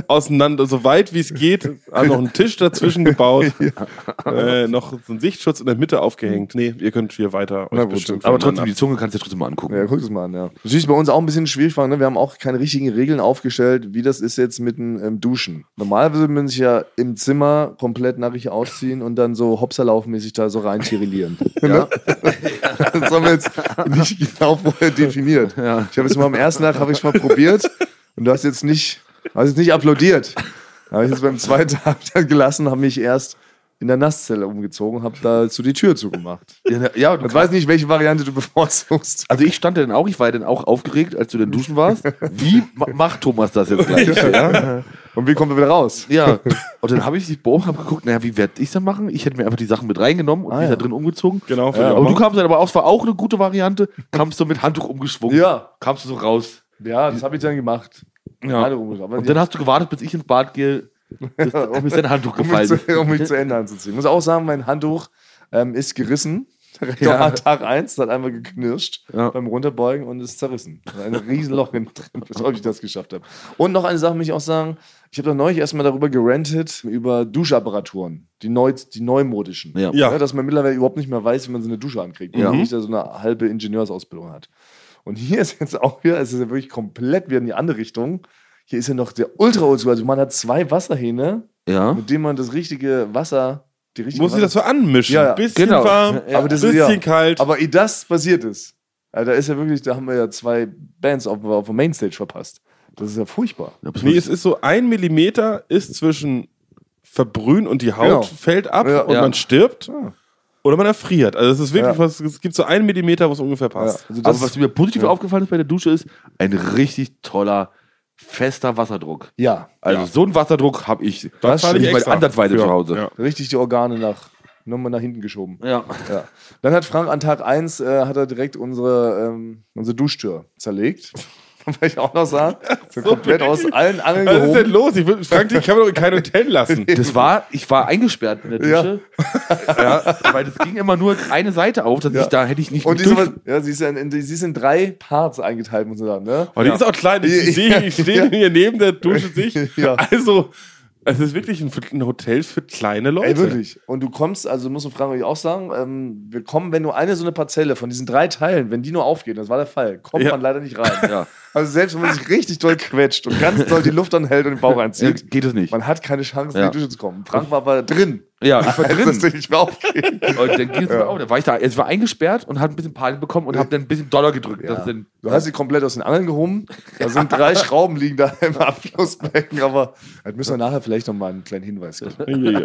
auseinander, so weit wie es geht, haben noch einen Tisch dazwischen gebaut, äh, noch so einen Sichtschutz in der Mitte aufgehängt. Nee, ihr könnt hier weiter Na gut, bestimmen Aber voneinander. trotzdem, die Zunge kannst du ja trotzdem mal angucken. Ja, guck es mal an, ja. Natürlich ist bei uns auch ein bisschen schwierig, ne? wir haben auch keine richtigen Regeln aufgestellt, wie das ist jetzt mit dem ähm, Duschen. Normalerweise würde man sich ja im Zimmer komplett nackig ausziehen und dann so hopsalaufmäßig da so rein tirillieren. Ne? das haben wir jetzt nicht genau vorher definiert. Ja. Ich habe jetzt mal am ersten Tag habe ich mal probiert und du hast jetzt nicht, hast jetzt nicht applaudiert. Habe ich jetzt beim zweiten Tag dann gelassen, habe mich erst in der Nasszelle umgezogen, habe dazu die Tür zugemacht. Ja, ja, du Jetzt weiß ich nicht, welche Variante du bevorzugst. Also ich stand dann auch, ich war dann auch aufgeregt, als du dann duschen warst. Wie ma macht Thomas das jetzt gleich? ja. Und wie kommt er wieder raus? ja. Und dann habe ich dich beobachtet und hab geguckt, naja, wie werde ich das machen? Ich hätte mir einfach die Sachen mit reingenommen und Ah, mich ja. da drin umgezogen. Genau, Ja, ja, aber du kamst dann aber auch, es war auch eine gute Variante, kamst du mit Handtuch umgeschwungen, Ja. kamst du so raus. Ja, das habe ich dann gemacht. Ja. Alle rumgeschaut. Aber Und dann hast du gewartet, bis ich ins Bad gehe, bis, bis dein Handtuch um, mich gefallen ist. zu, um mich zu Ende anzuziehen. Ich muss auch sagen, mein Handtuch ähm, ist gerissen. Direkt Ja. am Tag 1 hat einmal geknirscht Ja. beim Runterbeugen und ist zerrissen. Also Ein Riesenloch hinten drin, weshalb ich das geschafft habe. Und noch eine Sache möchte ich auch sagen, ich habe doch neulich erstmal darüber gerantet, über Duschapparaturen, die, neu, die neumodischen. Ja. Ja. Ne, dass man mittlerweile überhaupt nicht mehr weiß, wie man so eine Dusche ankriegt. Ja. Ja. Und nicht da so eine halbe Ingenieursausbildung hat. Und hier ist jetzt auch wieder, es ist ja wirklich komplett wieder in die andere Richtung. Hier ist ja noch der ultra oldschool Also man hat zwei Wasserhähne, Ja. mit denen man das richtige Wasser, die richtige Muss ich das so anmischen? Ja, ja. Bisschen Genau. warm, Ja, aber das ist bisschen ja- kalt. Aber eh das passiert ist. Also da ist ja wirklich, da haben wir ja zwei Bands auf, auf der Mainstage verpasst. Das ist ja furchtbar. Ja, bis- Nee, es ist so, ein Millimeter ist zwischen Verbrühen und die Haut Genau. fällt ab Ja. Ah. und Ja. man stirbt oder man erfriert. Also es ist wirklich Ja. was, es gibt so einen Millimeter, wo es ungefähr passt. Also das, aber was mir positiv ja. aufgefallen ist bei der Dusche ist, ein richtig toller, fester Wasserdruck. ja, Also Ja. so einen Wasserdruck habe ich. Das zahle stimmt. Ich meine, ansatzweise zu Hause. Ja. richtig die Organe nach, nochmal nach hinten geschoben. Ja. Ja. Dann hat Frank an Tag 1 äh, hat er direkt unsere, ähm, unsere Duschtür zerlegt. Wollte ich auch noch sagen. So komplett aus allen Angeln Was ist gehoben. denn los? Ich will, Frank, ich kann mir doch in kein Hotel lassen. Das war, ich war eingesperrt in der Dusche. Ja. weil das ging immer nur eine Seite auf, dass Ja. ich, da hätte ich nicht Und die ist, durch- aber, ja, sie, ist in, in, sie ist in drei Parts eingeteilt, muss man sagen. Ne? Oh, die ist auch klein. Ich, Ja. sehe, ich stehe hier neben der Dusche sich. Ja. Also, es ist wirklich ein, ein Hotel für kleine Leute. Ey, wirklich. Und du kommst, also muss man Frank euch auch sagen, ähm, wir kommen, wenn nur eine so eine Parzelle von diesen drei Teilen, wenn die nur aufgeht, das war der Fall, kommt Ja. man leider nicht rein. Ja. Also selbst wenn man sich richtig doll quetscht und ganz doll die Luft anhält und den Bauch einzieht, Geht es nicht. man hat keine Chance, in Ja. die Dusche zu kommen. Frank war aber drin. Ja, ich war Als drin. das Ding nicht mehr aufging. Und dann ging es mir auch. Da war ich da. Ich war eingesperrt und habe ein bisschen Panik bekommen und habe dann ein bisschen Dollar gedrückt. Ja. Das sind, Du hast sie komplett aus den Angeln gehoben. Da sind drei Schrauben liegen da im Abflussbecken, aber das müssen wir nachher vielleicht nochmal einen kleinen Hinweis geben.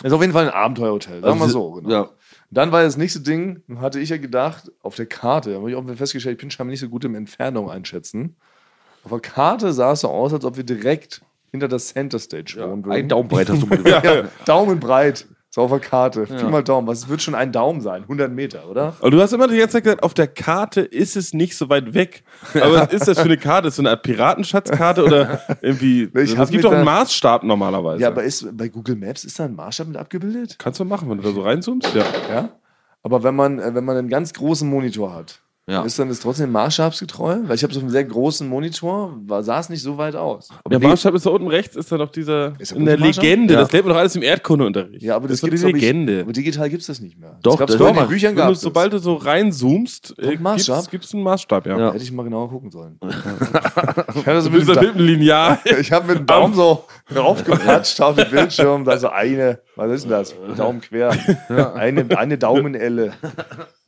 Das ist auf jeden Fall ein Abenteuerhotel, sagen wir mal so. Genau. Also, Ja. Dann war das nächste Ding, hatte ich ja gedacht, auf der Karte, da habe ich auch festgestellt, ich bin scheinbar nicht so gut im Entfernung einschätzen. Auf der Karte sah es so aus, als ob wir direkt hinter der Center Stage wohnen würden. Ein Daumenbreit hast du mal gesagt. ja, Daumenbreit. So auf der Karte. Pi mal Daumen. Was wird schon ein Daumen sein? 100 Meter, oder? Aber du hast immer die ganze Zeit gesagt, auf der Karte ist es nicht so weit weg. Aber was ist das für eine Karte? Ist so eine Art Piratenschatzkarte oder irgendwie? Ich hab Es gibt mit doch einen der- Maßstab also. normalerweise. Ja, aber ist, bei Google Maps ist da ein Maßstab mit abgebildet? Kannst du machen, wenn du da so reinzoomst? Ja. Ja. Aber wenn man, äh, wenn man einen ganz großen Monitor hat, Ja. ist dann ist trotzdem maßstabsgetreu? Weil ich habe so einen sehr großen Monitor, war, sah es nicht so weit aus. Der Maßstab ist da unten rechts, ist da noch dieser. Ist da in der wirklich Maßstab? Legende. Ja. Das lernt man doch alles im Erdkundeunterricht. Ja, aber das, ist doch gibt's, eine glaub ich- Legende. Aber digital gibt es das nicht mehr. Doch, das gab's das früher in doch, den Büchern Wenn du, gab's sobald das. du so reinzoomst, äh, Ein Maßstab? gibt es einen Maßstab, ja. Also Ja. Hätte ich mal genauer gucken sollen. ich habe das Du mit bist dem Also da Da- mit einem Lineal. Ich habe mit dem Daumen so draufgepatscht auf den Bildschirm. Da so eine, was ist denn das? Daumen quer. Eine, eine Daumenelle.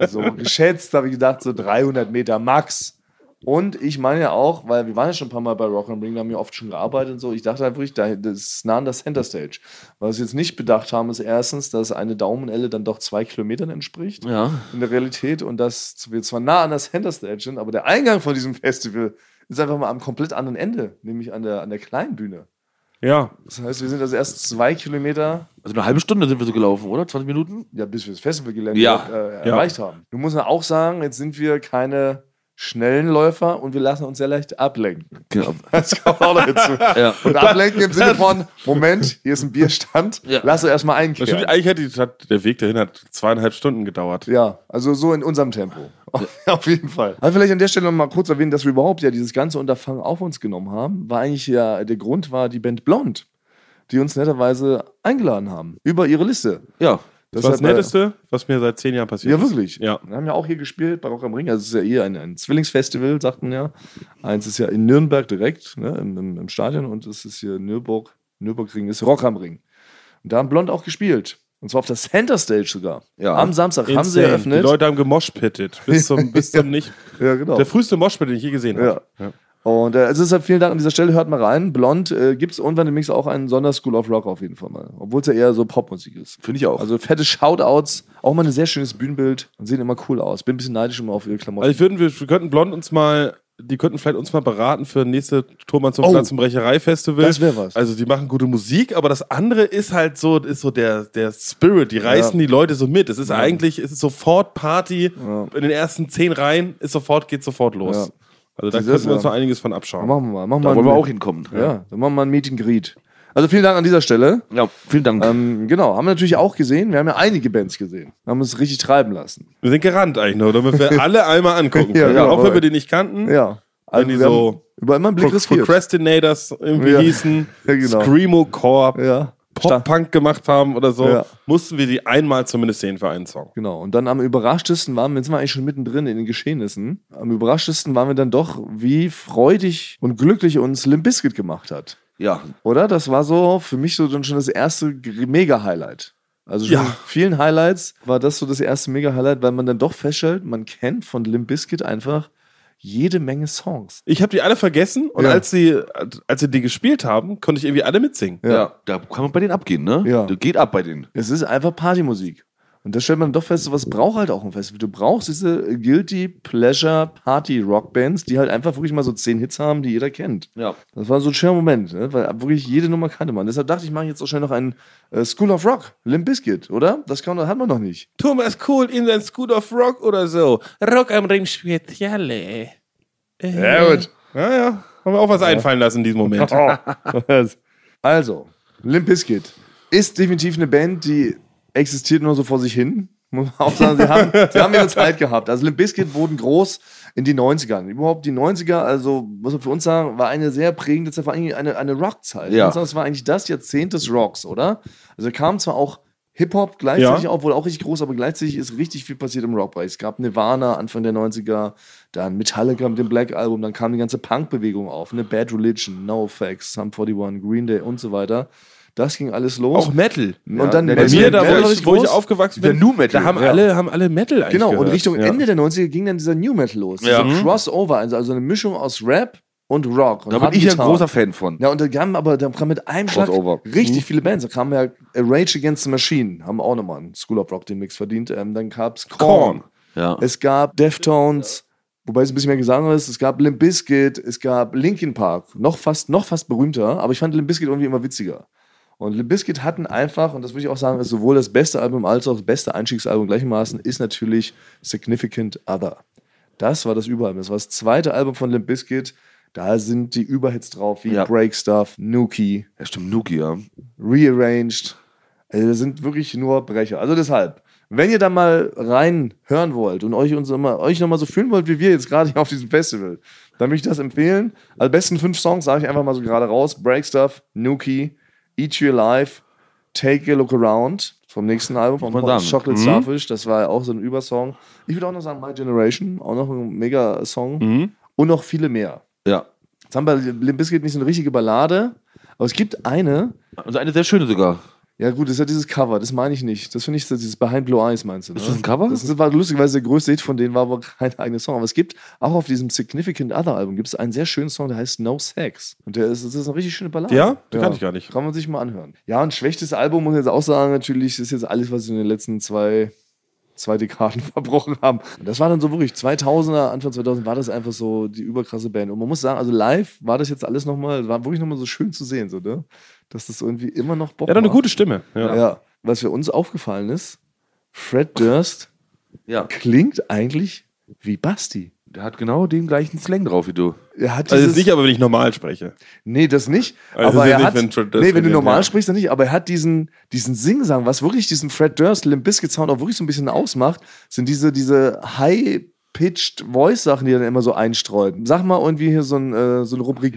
So geschätzt habe ich gedacht, so 300 Meter max. Und ich meine ja auch, weil wir waren ja schon ein paar Mal bei Rock and Ring, da haben wir oft schon gearbeitet und so. Ich dachte halt wirklich, da- das ist nah an der Center Stage. Was wir jetzt nicht bedacht haben, ist erstens, dass eine Daumenelle dann doch zwei Kilometern entspricht ja. in der Realität und dass wir zwar nah an der Center Stage sind, aber der Eingang von diesem Festival ist einfach mal am komplett anderen Ende, nämlich an der, an der kleinen Bühne. Ja. Das heißt, wir sind also erst zwei Kilometer, Also eine halbe Stunde sind wir so gelaufen, oder? 20 Minuten? ja, bis wir das Festivalgelände Ja, äh, ja. erreicht haben. Nun muss man auch sagen, jetzt sind wir keine schnellen Läufer und wir lassen uns sehr leicht ablenken. Genau. Das kommt auch noch dazu. Ja. Und ablenken im Sinne von, Moment, hier ist ein Bierstand, Ja. lass uns erstmal Das einkehren. stimmt, eigentlich hat, die, hat der Weg dahin hat zweieinhalb Stunden gedauert. Ja, also so in unserem Tempo. Auf jeden Fall. Aber vielleicht an der Stelle noch mal kurz erwähnen, dass wir überhaupt ja dieses ganze Unterfangen auf uns genommen haben, war eigentlich ja, der Grund war die Band Blond, die uns netterweise eingeladen haben. Über ihre Liste. Ja. Das war das hat, äh, Netteste, was mir seit zehn Jahren passiert Ja, ist. wirklich. Ja. Wir haben ja auch hier gespielt bei Rock am Ring. Also es ist ja eh ein, ein Zwillingsfestival, sagt man ja. Eins ist ja in Nürnberg direkt, ne, im, im, im Stadion und es ist hier Nürburg, Nürburgring ist Rock am Ring. Und da haben Blond auch gespielt. Und zwar auf der Center Stage sogar. Ja. Am Samstag haben sie Insane. eröffnet. Die Leute haben gemoshpittet. Bis zum, bis zum nicht. ja, genau. Der früheste Moshpit, den ich je gesehen habe. Ja. Und äh, also deshalb vielen Dank an dieser Stelle, hört mal rein. Blond äh, gibt es irgendwann demnächst auch einen Sonderschool of Rock auf jeden Fall mal. Obwohl es ja eher so Popmusik ist. Finde ich auch. Also fette Shoutouts, auch mal ein sehr schönes Bühnenbild und sehen immer cool aus. Bin ein bisschen neidisch immer auf ihre Klamotten. Also ich würden, wir, wir könnten blond uns mal, die könnten vielleicht uns mal beraten für nächste Thomas zum Oh. Platz zum Brecherei-Festival. Das wär was. Also die machen gute Musik, aber das andere ist halt so, ist so der, der Spirit, die reißen die Leute so mit. Es ist eigentlich, es ist sofort Party in den ersten zehn Reihen, ist sofort, geht sofort los. Ja. Also da Das könnten ist wir uns ja. noch einiges von Dann abschauen. machen wir mal. Machen Da mal wollen wir ein- auch hinkommen. Ja, dann machen wir mal ein Meet and Greet. Also vielen Dank an dieser Stelle. Ja, vielen Dank. Ähm, genau, haben wir natürlich auch gesehen. Wir haben ja einige Bands gesehen. Haben uns richtig treiben lassen. Wir sind gerannt eigentlich nur, damit wir alle einmal angucken Ja, können. ja, auch wenn wir voll. die nicht kannten. Ja. Also die wir haben so über immer einen Blick Pro riskiert. Procrastinators irgendwie Ja. hießen, Ja, genau. Screamo Corp, Ja. Pop Punk gemacht haben oder so, Ja. mussten wir die einmal zumindest sehen für einen Song. Genau. Und dann am überraschtesten waren wir, jetzt sind wir eigentlich schon mittendrin in den Geschehnissen, am überraschtesten waren wir dann doch, wie freudig und glücklich uns Limp Bizkit gemacht hat. ja. Oder? Das war so für mich so dann schon das erste gr- Mega-Highlight. Also schon Ja. in vielen Highlights war das so das erste Mega-Highlight, weil man dann doch feststellt, man kennt von Limp Bizkit einfach jede Menge Songs. Ich habe die alle vergessen und Ja. als sie als sie die gespielt haben, konnte ich irgendwie alle mitsingen. ja. Da kann man bei denen abgehen, ne? Ja. Da geht ab bei denen. Es ist einfach Partymusik. Und da stellt man doch fest, was braucht halt auch ein Festival. Du brauchst diese äh, Guilty Pleasure Party Rock Bands, die halt einfach wirklich mal so zehn Hits haben, die jeder kennt. Ja. Das war so ein schöner Moment, ne? weil wirklich jede Nummer kannte man. Deshalb dachte ich, mache ich jetzt auch schnell noch einen äh, School of Rock, Limp Bizkit, oder? Das kann, man- hat man noch nicht. Thomas Kohl in sein Scoot of Rock oder so. Rock am Ring Speziale. Ja, gut. Ja, ja. Oh, Haben wir auch was einfallen lassen in diesem Moment. Also, Limp Bizkit ist definitiv eine Band, die existiert nur so vor sich hin. Muss man auch sagen, sie haben, sie haben ihre Zeit gehabt. Also Limp Bizkit wurden groß in die 90ern. Überhaupt die 90er, also muss man für uns sagen, war eine sehr prägende Zeit, war eigentlich eine, eine Rockzeit. Ja. Das war eigentlich das Jahrzehnt des Rocks, oder? Also kamen zwar auch Hip-Hop gleichzeitig Ja. auch, wohl auch richtig groß, aber gleichzeitig ist richtig viel passiert im Rockbereich. Es gab Nirvana Anfang der 90er, dann Metallica mit dem Black Album, dann kam die ganze Punk-Bewegung auf, ne? Bad Religion, No Effects, Sum 41, Green Day und so weiter. Das ging alles los. Auch Metal. und dann Ja, Bei Das mir, wird da Metal wo war ich, richtig wo ich groß. aufgewachsen Dieser bin, Nu Metal, da haben, ja. alle, haben alle Metal eigentlich Genau, gehört. und Richtung ja. Ende der 90er ging dann dieser New Metal los. Ja. Mhm. Dieser Crossover, also also eine Mischung aus Rap und Rock. Und Da bin ich ja ein Hardgitarre. großer Fan von. Ja, und da kamen aber, da kam mit einem Schlag Crossover. richtig viele Bands. Da kamen ja äh, Rage Against the Machine, haben auch nochmal einen School of Rock den Mix verdient. Ähm, dann gab's Korn. Korn. Ja. Es gab Deftones, wobei es ein bisschen mehr Gesang ist. Es gab Limp Bizkit, es gab Linkin Park. Noch fast, noch fast berühmter, aber ich fand Limp Bizkit irgendwie immer witziger. Und Limp Bizkit hatten einfach, und das würde ich auch sagen, ist sowohl das beste Album als auch das beste Einstiegsalbum gleichermaßen, ist natürlich Significant Other. Das war das Überalbum. Das war das zweite Album von Limp Bizkit. Da sind die Überhits drauf, wie Ja. Break Stuff, Nuki, ja, stimmt, Nuki, ja. Rearranged. Also das sind wirklich nur Brecher. Also deshalb, wenn ihr da mal reinhören wollt und euch, uns immer, euch nochmal so fühlen wollt, wie wir jetzt gerade hier auf diesem Festival, dann würde ich das empfehlen. Als besten fünf Songs sage ich einfach mal so gerade raus. Break Stuff, Nuki, Eat You Alive, Take a Look Around vom nächsten Album, vom man sagen. Chocolate Starfish. Das war ja auch so ein Übersong. Ich würde auch noch sagen My Generation, auch noch ein Mega-Song. Mhm. Und noch viele mehr. Ja. Jetzt haben wir Limp Bizkit nicht so eine richtige Ballade, aber es gibt eine, Und Also eine sehr schöne sogar. ja, gut, das ist ja dieses Cover, das meine ich nicht. Das finde ich, das ist dieses Behind Blue Eyes, meinst du? Ne? Ist das ein Cover? Das war lustigerweise der größte Hit von denen, war aber kein eigener Song. Aber es gibt auch auf diesem Significant Other Album gibt es einen sehr schönen Song, der heißt No Sex. Und der ist, das ist eine richtig schöne Ballade. Ja? Den kann ich gar nicht. Kann man sich mal anhören. Ja, ein schwächtes Album muss ich jetzt auch sagen, natürlich ist jetzt alles, was sie in den letzten zwei, zwei Dekaden verbrochen haben. Und das war dann so wirklich 2000er, Anfang 2000 war das einfach so die überkrasse Band. Und man muss sagen, also live war das jetzt alles nochmal, war wirklich nochmal so schön zu sehen, so, ne? Dass das irgendwie immer noch Bock Er hat eine macht. gute Stimme. Ja. Also Ja, was für uns aufgefallen ist, Fred Durst Ja. klingt eigentlich wie Basti. Der hat genau den gleichen Slang drauf wie du. Er hat Also dieses, jetzt nicht, aber wenn ich normal spreche. nee, das nicht. Also aber ist ja er nicht, hat, wenn Fred Durst nee, wenn du singt, normal ja. sprichst, dann nicht. Aber er hat diesen, diesen Singsang, was wirklich diesen Fred Durst, Limp Bizkit Sound auch wirklich so ein bisschen ausmacht, sind diese, diese high-pitched Voice-Sachen, die er dann immer so einstreut. Sag mal irgendwie hier so, ein, äh, so eine Rubrik.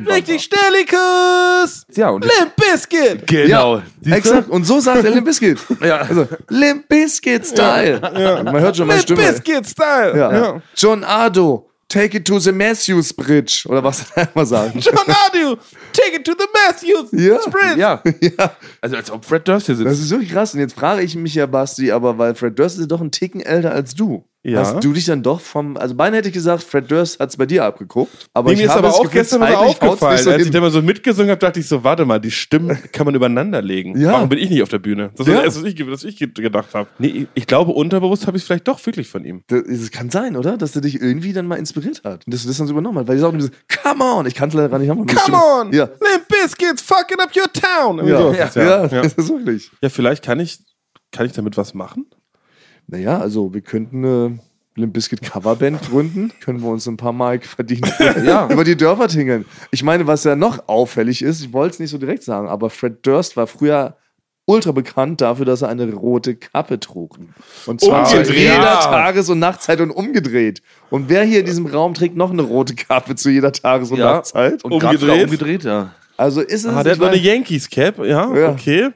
Stellikus! Ja, und jetzt, Limp Bizkit! genau. Siehst du? Exakt, und so sagt er Limp Bizkit. ja. Also, Limp Bizkit-Style. Man hört schon meine Limp Stimme. Bizkit Style! Ja. John Ardo, take it to the Matthews Bridge. Oder was er da immer sagt. John Ardu, take it to the Matthews! Ja. Sprint! Ja. Also als ob Fred Durst hier sitzt. Das ist wirklich krass. Und jetzt frage ich mich ja, Basti, aber weil Fred Durst ist ja doch ein Ticken älter als du. Ja. Hast du dich dann doch vom. Also, beinahe hätte ich gesagt, Fred Durst hat es bei dir abgeguckt. Aber Nee, mir ich ist habe aber das auch Gefühl, gestern mal zeitlich haut's aufgefallen, nicht so als ich hin. da mal so mitgesungen habe, dachte ich so, warte mal, die Stimmen kann man übereinander legen. Ja. Warum bin ich nicht auf der Bühne? Das ist Ja. das, was ich, was ich gedacht habe. Nee, ich glaube, unterbewusst habe ich es vielleicht doch wirklich von ihm. Das- Das kann sein, oder? Dass der dich irgendwie dann mal inspiriert hat. Und dass du das dann so übernommen hast. Weil ich auch dieses Come on! Ich kann es leider gar nicht haben. Ja. Limp Bizkit's fucking up your town! Irgendwie Ja, sowas ja, ist ja, das, ja. das ist wirklich. Ja, vielleicht kann ich, kann ich damit was machen? Naja, also wir könnten eine Limp Bizkit Coverband gründen, können wir uns ein paar Mark verdienen. Ja. Über die Dörfer tingeln. Ich meine, was ja noch auffällig ist, ich wollte es nicht so direkt sagen, aber Fred Durst war früher ultra bekannt dafür, dass er eine rote Kappe trug. Und zwar zu Umgedreht. jeder Ja. Tages- und Nachtzeit und umgedreht. Und wer hier in diesem Raum trägt noch eine rote Kappe zu jeder Tages- und Ja. Nachtzeit? Und gerade sogar Umgedreht. umgedreht, ja. Also ist es... Ah, der ich hat noch eine meine- Yankees-Cap, ja, Ja. okay.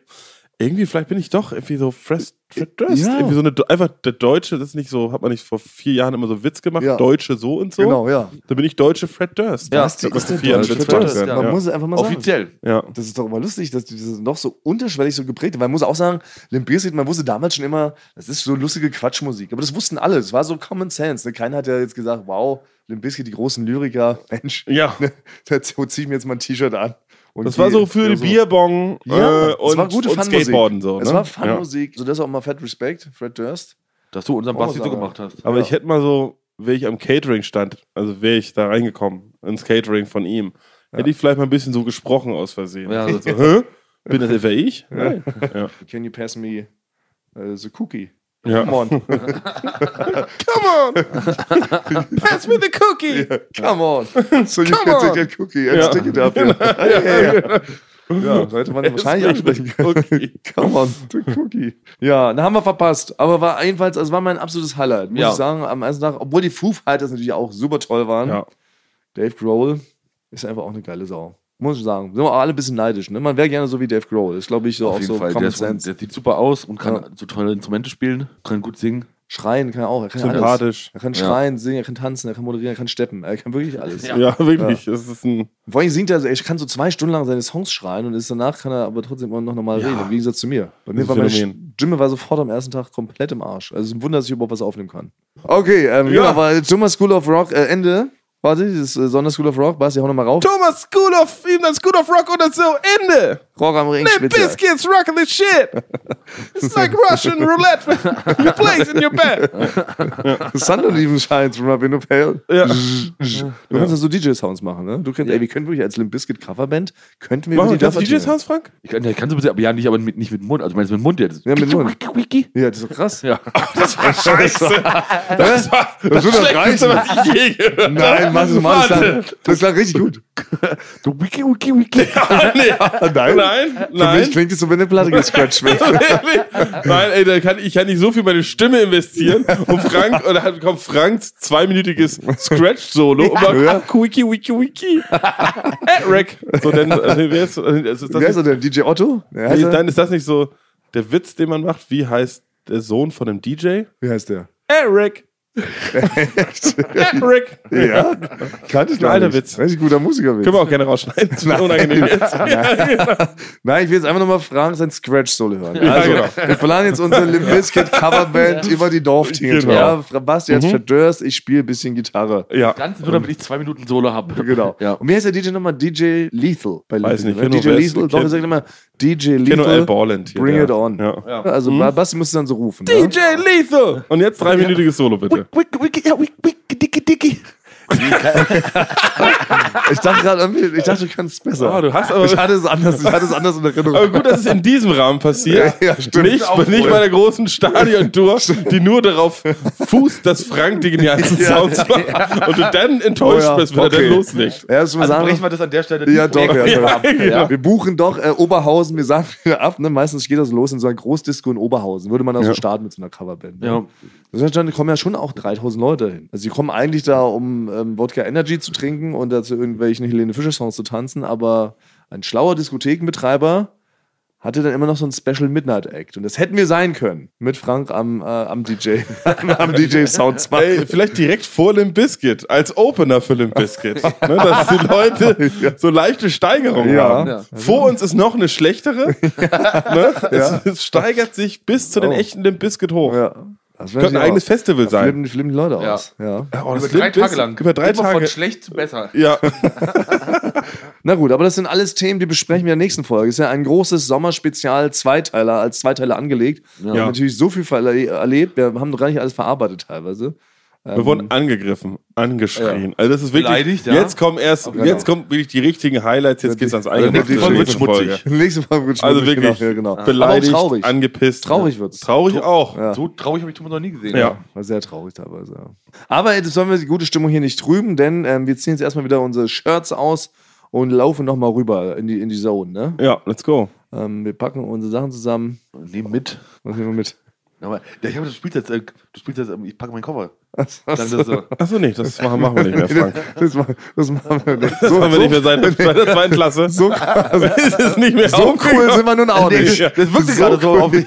Irgendwie, vielleicht bin ich doch irgendwie so Fred Fred Durst. Ja. Irgendwie so eine, einfach der Deutsche, das ist nicht so, hat man nicht vor vier Jahren immer so einen Witz gemacht, Ja. Deutsche so und so. Genau, ja. Da bin ich deutsche Fred Durst. Ja, Ich Basti hab das ist der vor vier Jahren deutsche einen Witz Fred Fred gemacht, Durst. Durst, Man ja. muss es einfach mal sagen. Offiziell. Ja. Das ist doch immer lustig, dass die das noch so unterschwellig so geprägt haben. Man muss auch sagen, Limp Bizkit, man wusste damals schon immer, das ist so lustige Quatschmusik. Aber das wussten alle. Es war so Common Sense. Ne? Keiner hat ja jetzt gesagt, wow, Limp Bizkit, die großen Lyriker. Mensch, Ja. ne? da ziehe ich mir jetzt mal ein T-Shirt an. Und Das war so ja, für die Bierbong Ja, äh, es und, war gute und Fun-Musik. Skateboarden. So, ne? Es war ja. Fun-Musik. So, das auch mal Fett Respect, Fred Durst. Dass du unseren Muss man Basti so sagen. gemacht hast. Aber Ja. ich hätte mal so, wäre ich am Catering stand, also wäre ich da reingekommen, ins Catering von ihm, hätte ich vielleicht mal ein bisschen so gesprochen aus Versehen. Ja, Also das- so, Hä? Bin das etwa ich? Nein. Ja. Can you pass me äh, the cookie? Ja. Come on. Come on! Pass me the cookie! Come on. So you Come can on. take a cookie and Ja. stick it up. Ja, ja, ja, ja. ja sollte man wahrscheinlich aussprechen können. Okay. Come on, the Cookie. Ja, da haben wir verpasst. Aber war jedenfalls, also war mein absolutes Highlight, muss Ja. ich sagen, am ersten Tag, obwohl die Foo Fighters natürlich auch super toll waren. Ja. Dave Grohl ist einfach auch eine geile Sau. Muss ich sagen. Sind wir auch alle ein bisschen neidisch. Ne? Man wäre gerne so wie Dave Grohl. Ist, glaube ich, so auch Auf jeden so Fall. Der, Common ist, der Sense. sieht super aus und kann so tolle Instrumente spielen, kann gut singen. Schreien kann er auch. Er kann alles. Sympathisch. Er kann Ja. schreien, singen, er kann tanzen, er kann moderieren, er kann steppen. Er kann wirklich alles. Ja, wirklich. Es ist ein, Vor allem singt er, also, er kann so zwei Stunden lang seine Songs schreien und ist danach kann er aber trotzdem immer noch normal Ja. reden, im Gegensatz zu mir. Bei mir Das war ist meine Phänomen. Stimme war sofort am ersten Tag komplett im Arsch. Also es ist ein Wunder, dass ich überhaupt was aufnehmen kann. Okay, ähm, ja, Ja. aber Thomas School of Rock, äh, Ende. Warte, dieses äh, Sonder School of Rock, Basti, hau nochmal rauf. Thomas School of, ihm das School of Rock oder so, Ende! Rock am Ring, Limp Spitze. Bizkit's rocking this shit! It's like Russian roulette. You place in your bed. Sun und even shines from up in a pale. Ja. Zzz, zzz. Du kannst ja so DJ-Sounds machen, ne? Du könnt, ey, wir können wirklich als Limp Bizkit Coverband, könnten wir über Machen wir Dörfer DJs tingeln. Hans Frank? Ich kann, ich kann so ein bisschen, aber ja, nicht, aber mit, nicht mit Mund. Also, ich meine, mit Mund jetzt. Ja, mit Mund. Wiki. Ja, das ist doch krass. Ja. Scheiße. Das war das, wird doch Schlechteste, reichen. was ich je gehört habe. Nein, mach das mal. Das klang, Warte. das klang richtig gut. Du Wiki, Wiki, Wiki. Nee. Nein. Nein, Für mich nein. klingt es so, wenn eine Platte gescratcht wird. Nein, ey, da kann, ich kann nicht so viel meine Stimme investieren. Und Frank, und dann kommt Franks zweiminütiges Scratch-Solo. um und man, Ja. Wiki, wiki, wiki. Eric. So, denn, äh, wer ist, äh, ist das Wer nicht, ist er denn? DJ Otto? Wer heißt nee, er? dann ist das nicht so der Witz, den man macht. Wie heißt der Sohn von einem DJ? Wie heißt der? Eric. Eric. ja, kannte ich gar Alter nicht. Witz. Richtig guter Musiker. Können wir auch gerne rausschneiden. Das ist mir unangenehm jetzt. Nein, ich will jetzt einfach nochmal fragen, sein Scratch-Solo hören. Ja, also, genau. wir planen jetzt unsere Limp Bizkit Coverband über die Dorftingle. Genau. Ja, Fra- Basti als Verdörst, ich spiele ein bisschen Gitarre. Ja. Ganz nur, damit ich zwei Minuten Solo habe. Genau. Ja. Und mir heißt der DJ nochmal DJ Lethal. Bei Weiß Lethal, nicht, ne? Keno, DJ wer ist- Lethal. Doch, Ken- wir sagen immer DJ Keno L. Lethal. Borland hier. Bring der. it on. Ja. Mhm. Also, Basti musste dann so rufen. Ne? DJ Lethal. Und jetzt dreiminütiges Solo, bitte. Wiki, Wiki, ja, Wiki, Wiki, Dicki, Dicki. Ich dachte gerade, irgendwie- ich dachte, du kannst es besser. Ah, du hast aber- ich hatte es anders, ich hatte es anders in Erinnerung. Aber gut, dass es in diesem Rahmen passiert. Ja, ja, stimmt. Nicht, Auch nicht wohl. bei der großen Stadiontour, die nur darauf fußt, dass Frank dir die ganzen Ja. Sounds macht. Und du dann enttäuscht Oh ja, bist, wenn er okay. dann loslegt. Ja, das muss man Also, brechen sagen. wir das an der Stelle. Ja, doch, ja, Ja, ja. genau. Wir buchen doch äh, Oberhausen, wir sagen wieder ab, ne? meistens geht das los in so einer Großdisco in Oberhausen. Würde man da so Ja. starten mit so einer Coverband. Ne? Ja. Das heißt, dann kommen ja schon auch 3000 Leute hin. Also die kommen eigentlich da, um ähm, Wodka Energy zu trinken und dazu irgendwelchen Helene Fischer Songs zu tanzen, aber ein schlauer Diskothekenbetreiber hatte dann immer noch so ein Special Midnight Act und das hätten wir sein können mit Frank am, äh, am DJ, am DJ Soundspot. Ey, vielleicht direkt vor Limp Bizkit, als Opener für Limp Bizkit. ne, dass die Leute so leichte Steigerungen Ja. haben. Ja. Vor uns ist noch eine schlechtere. ne? es, es steigert sich bis zu den Oh. echten Limp Bizkit hoch. Ja, das wär Könnte ein eigenes Festival sein. Flippen, flippen die Leute Ja. aus. Ja. Oh, das Über drei Limp Biz- Tage lang. Über drei Immer Von Tage. schlecht zu besser. Ja, Ähm. Na gut, aber das sind alles Themen, die besprechen wir in der nächsten Folge. Ist ja ein großes Sommerspezial, Zweiteiler, als Zweiteiler angelegt. Wir haben natürlich so viel verle- erlebt, wir haben noch gar nicht alles verarbeitet teilweise. Ähm, wir wurden angegriffen, angeschrien. Also das ist wirklich. Beleidigt, ja. Jetzt kommen erst, genau. jetzt kommen wirklich die richtigen Highlights. Jetzt geht's ans eigene. die Folge wird schmutzig. Die nächste Folge wird Also schwierig, wirklich Genau, ja, genau. beleidigt, Aber auch traurig. angepisst. Traurig wird's. Traurig auch. Ja. So traurig habe ich Thomas noch nie gesehen. Ja. War sehr traurig teilweise. Ja. Aber jetzt sollen wir die gute Stimmung hier nicht trüben, denn ähm, wir ziehen jetzt erstmal wieder unsere Shirts aus und laufen nochmal rüber in die, in die Zone. Ne? ja, let's go. Ähm, wir packen unsere Sachen zusammen. Nehm mit. Was nehmen wir mit? Aber, ja, ich hab, du spielst jetzt, äh, du spielst jetzt, ähm, ich packe meinen Koffer. Dann Das, das so. Achso, nee, das machen, machen wir nicht mehr, Frank. machen, das machen wir nicht. Das So, haben wir so, nicht mehr seit seit der zweiten Klasse. so, also, ist es nicht mehr so cool sind wir nun auch Nee, nicht. Ja. Das wirkte gerade so auf mich.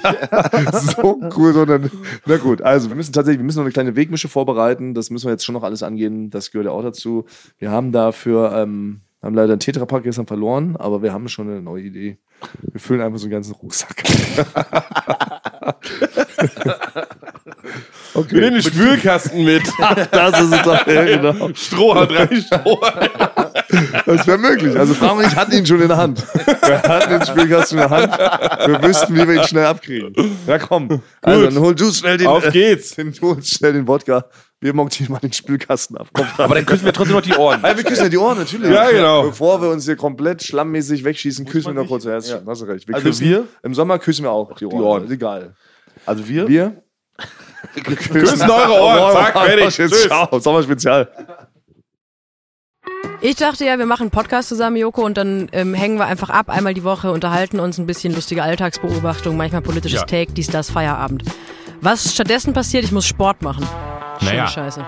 so cool, sondern na gut. Also wir müssen tatsächlich, wir müssen noch eine kleine Wegmische vorbereiten. Das müssen wir jetzt schon noch alles angehen. Das gehört ja auch dazu. Wir haben dafür, ähm, haben leider einen Tetrapack gestern verloren, aber wir haben schon eine neue Idee. Wir füllen einfach so einen ganzen Rucksack. Wir nehmen den Spülkasten mit. Das ist es doch, ja, genau. Stroh, drei Stroh. Das wäre möglich. Also fragen wir nicht, hatten ihn schon in der Hand. Wir hatten den Spielkasten in der Hand. Wir wüssten, wie wir ihn schnell abkriegen. Ja, komm. Also, dann hol du schnell den, äh, Auf geht's. den, du holst schnell den Wodka. Wir montieren mal den Spülkasten ab. Komm, Aber dann küssen wir trotzdem noch die Ohren. Ja, wir küssen ja die Ohren, natürlich. Ja, genau. Bevor wir uns hier komplett schlammmäßig wegschießen, küssen man wir noch kurz nicht? erst. Ja. Hast du recht. Wir Also küssen, wir? Im Sommer küssen wir auch die Ohren. Ohren. Ist Egal. Also wir, Wir? Küssen eure Ohren. Zack, fertig. Jetzt Tschüss. ciao. Sommerspezial. Ich dachte ja, wir machen einen Podcast zusammen, Joko, und dann ähm, hängen wir einfach ab, einmal die Woche, unterhalten uns ein bisschen lustige Alltagsbeobachtung, manchmal politisches Ja. Take, dies, das, Feierabend. Was stattdessen passiert, ich muss Sport machen. Schöne Naja. Scheiße.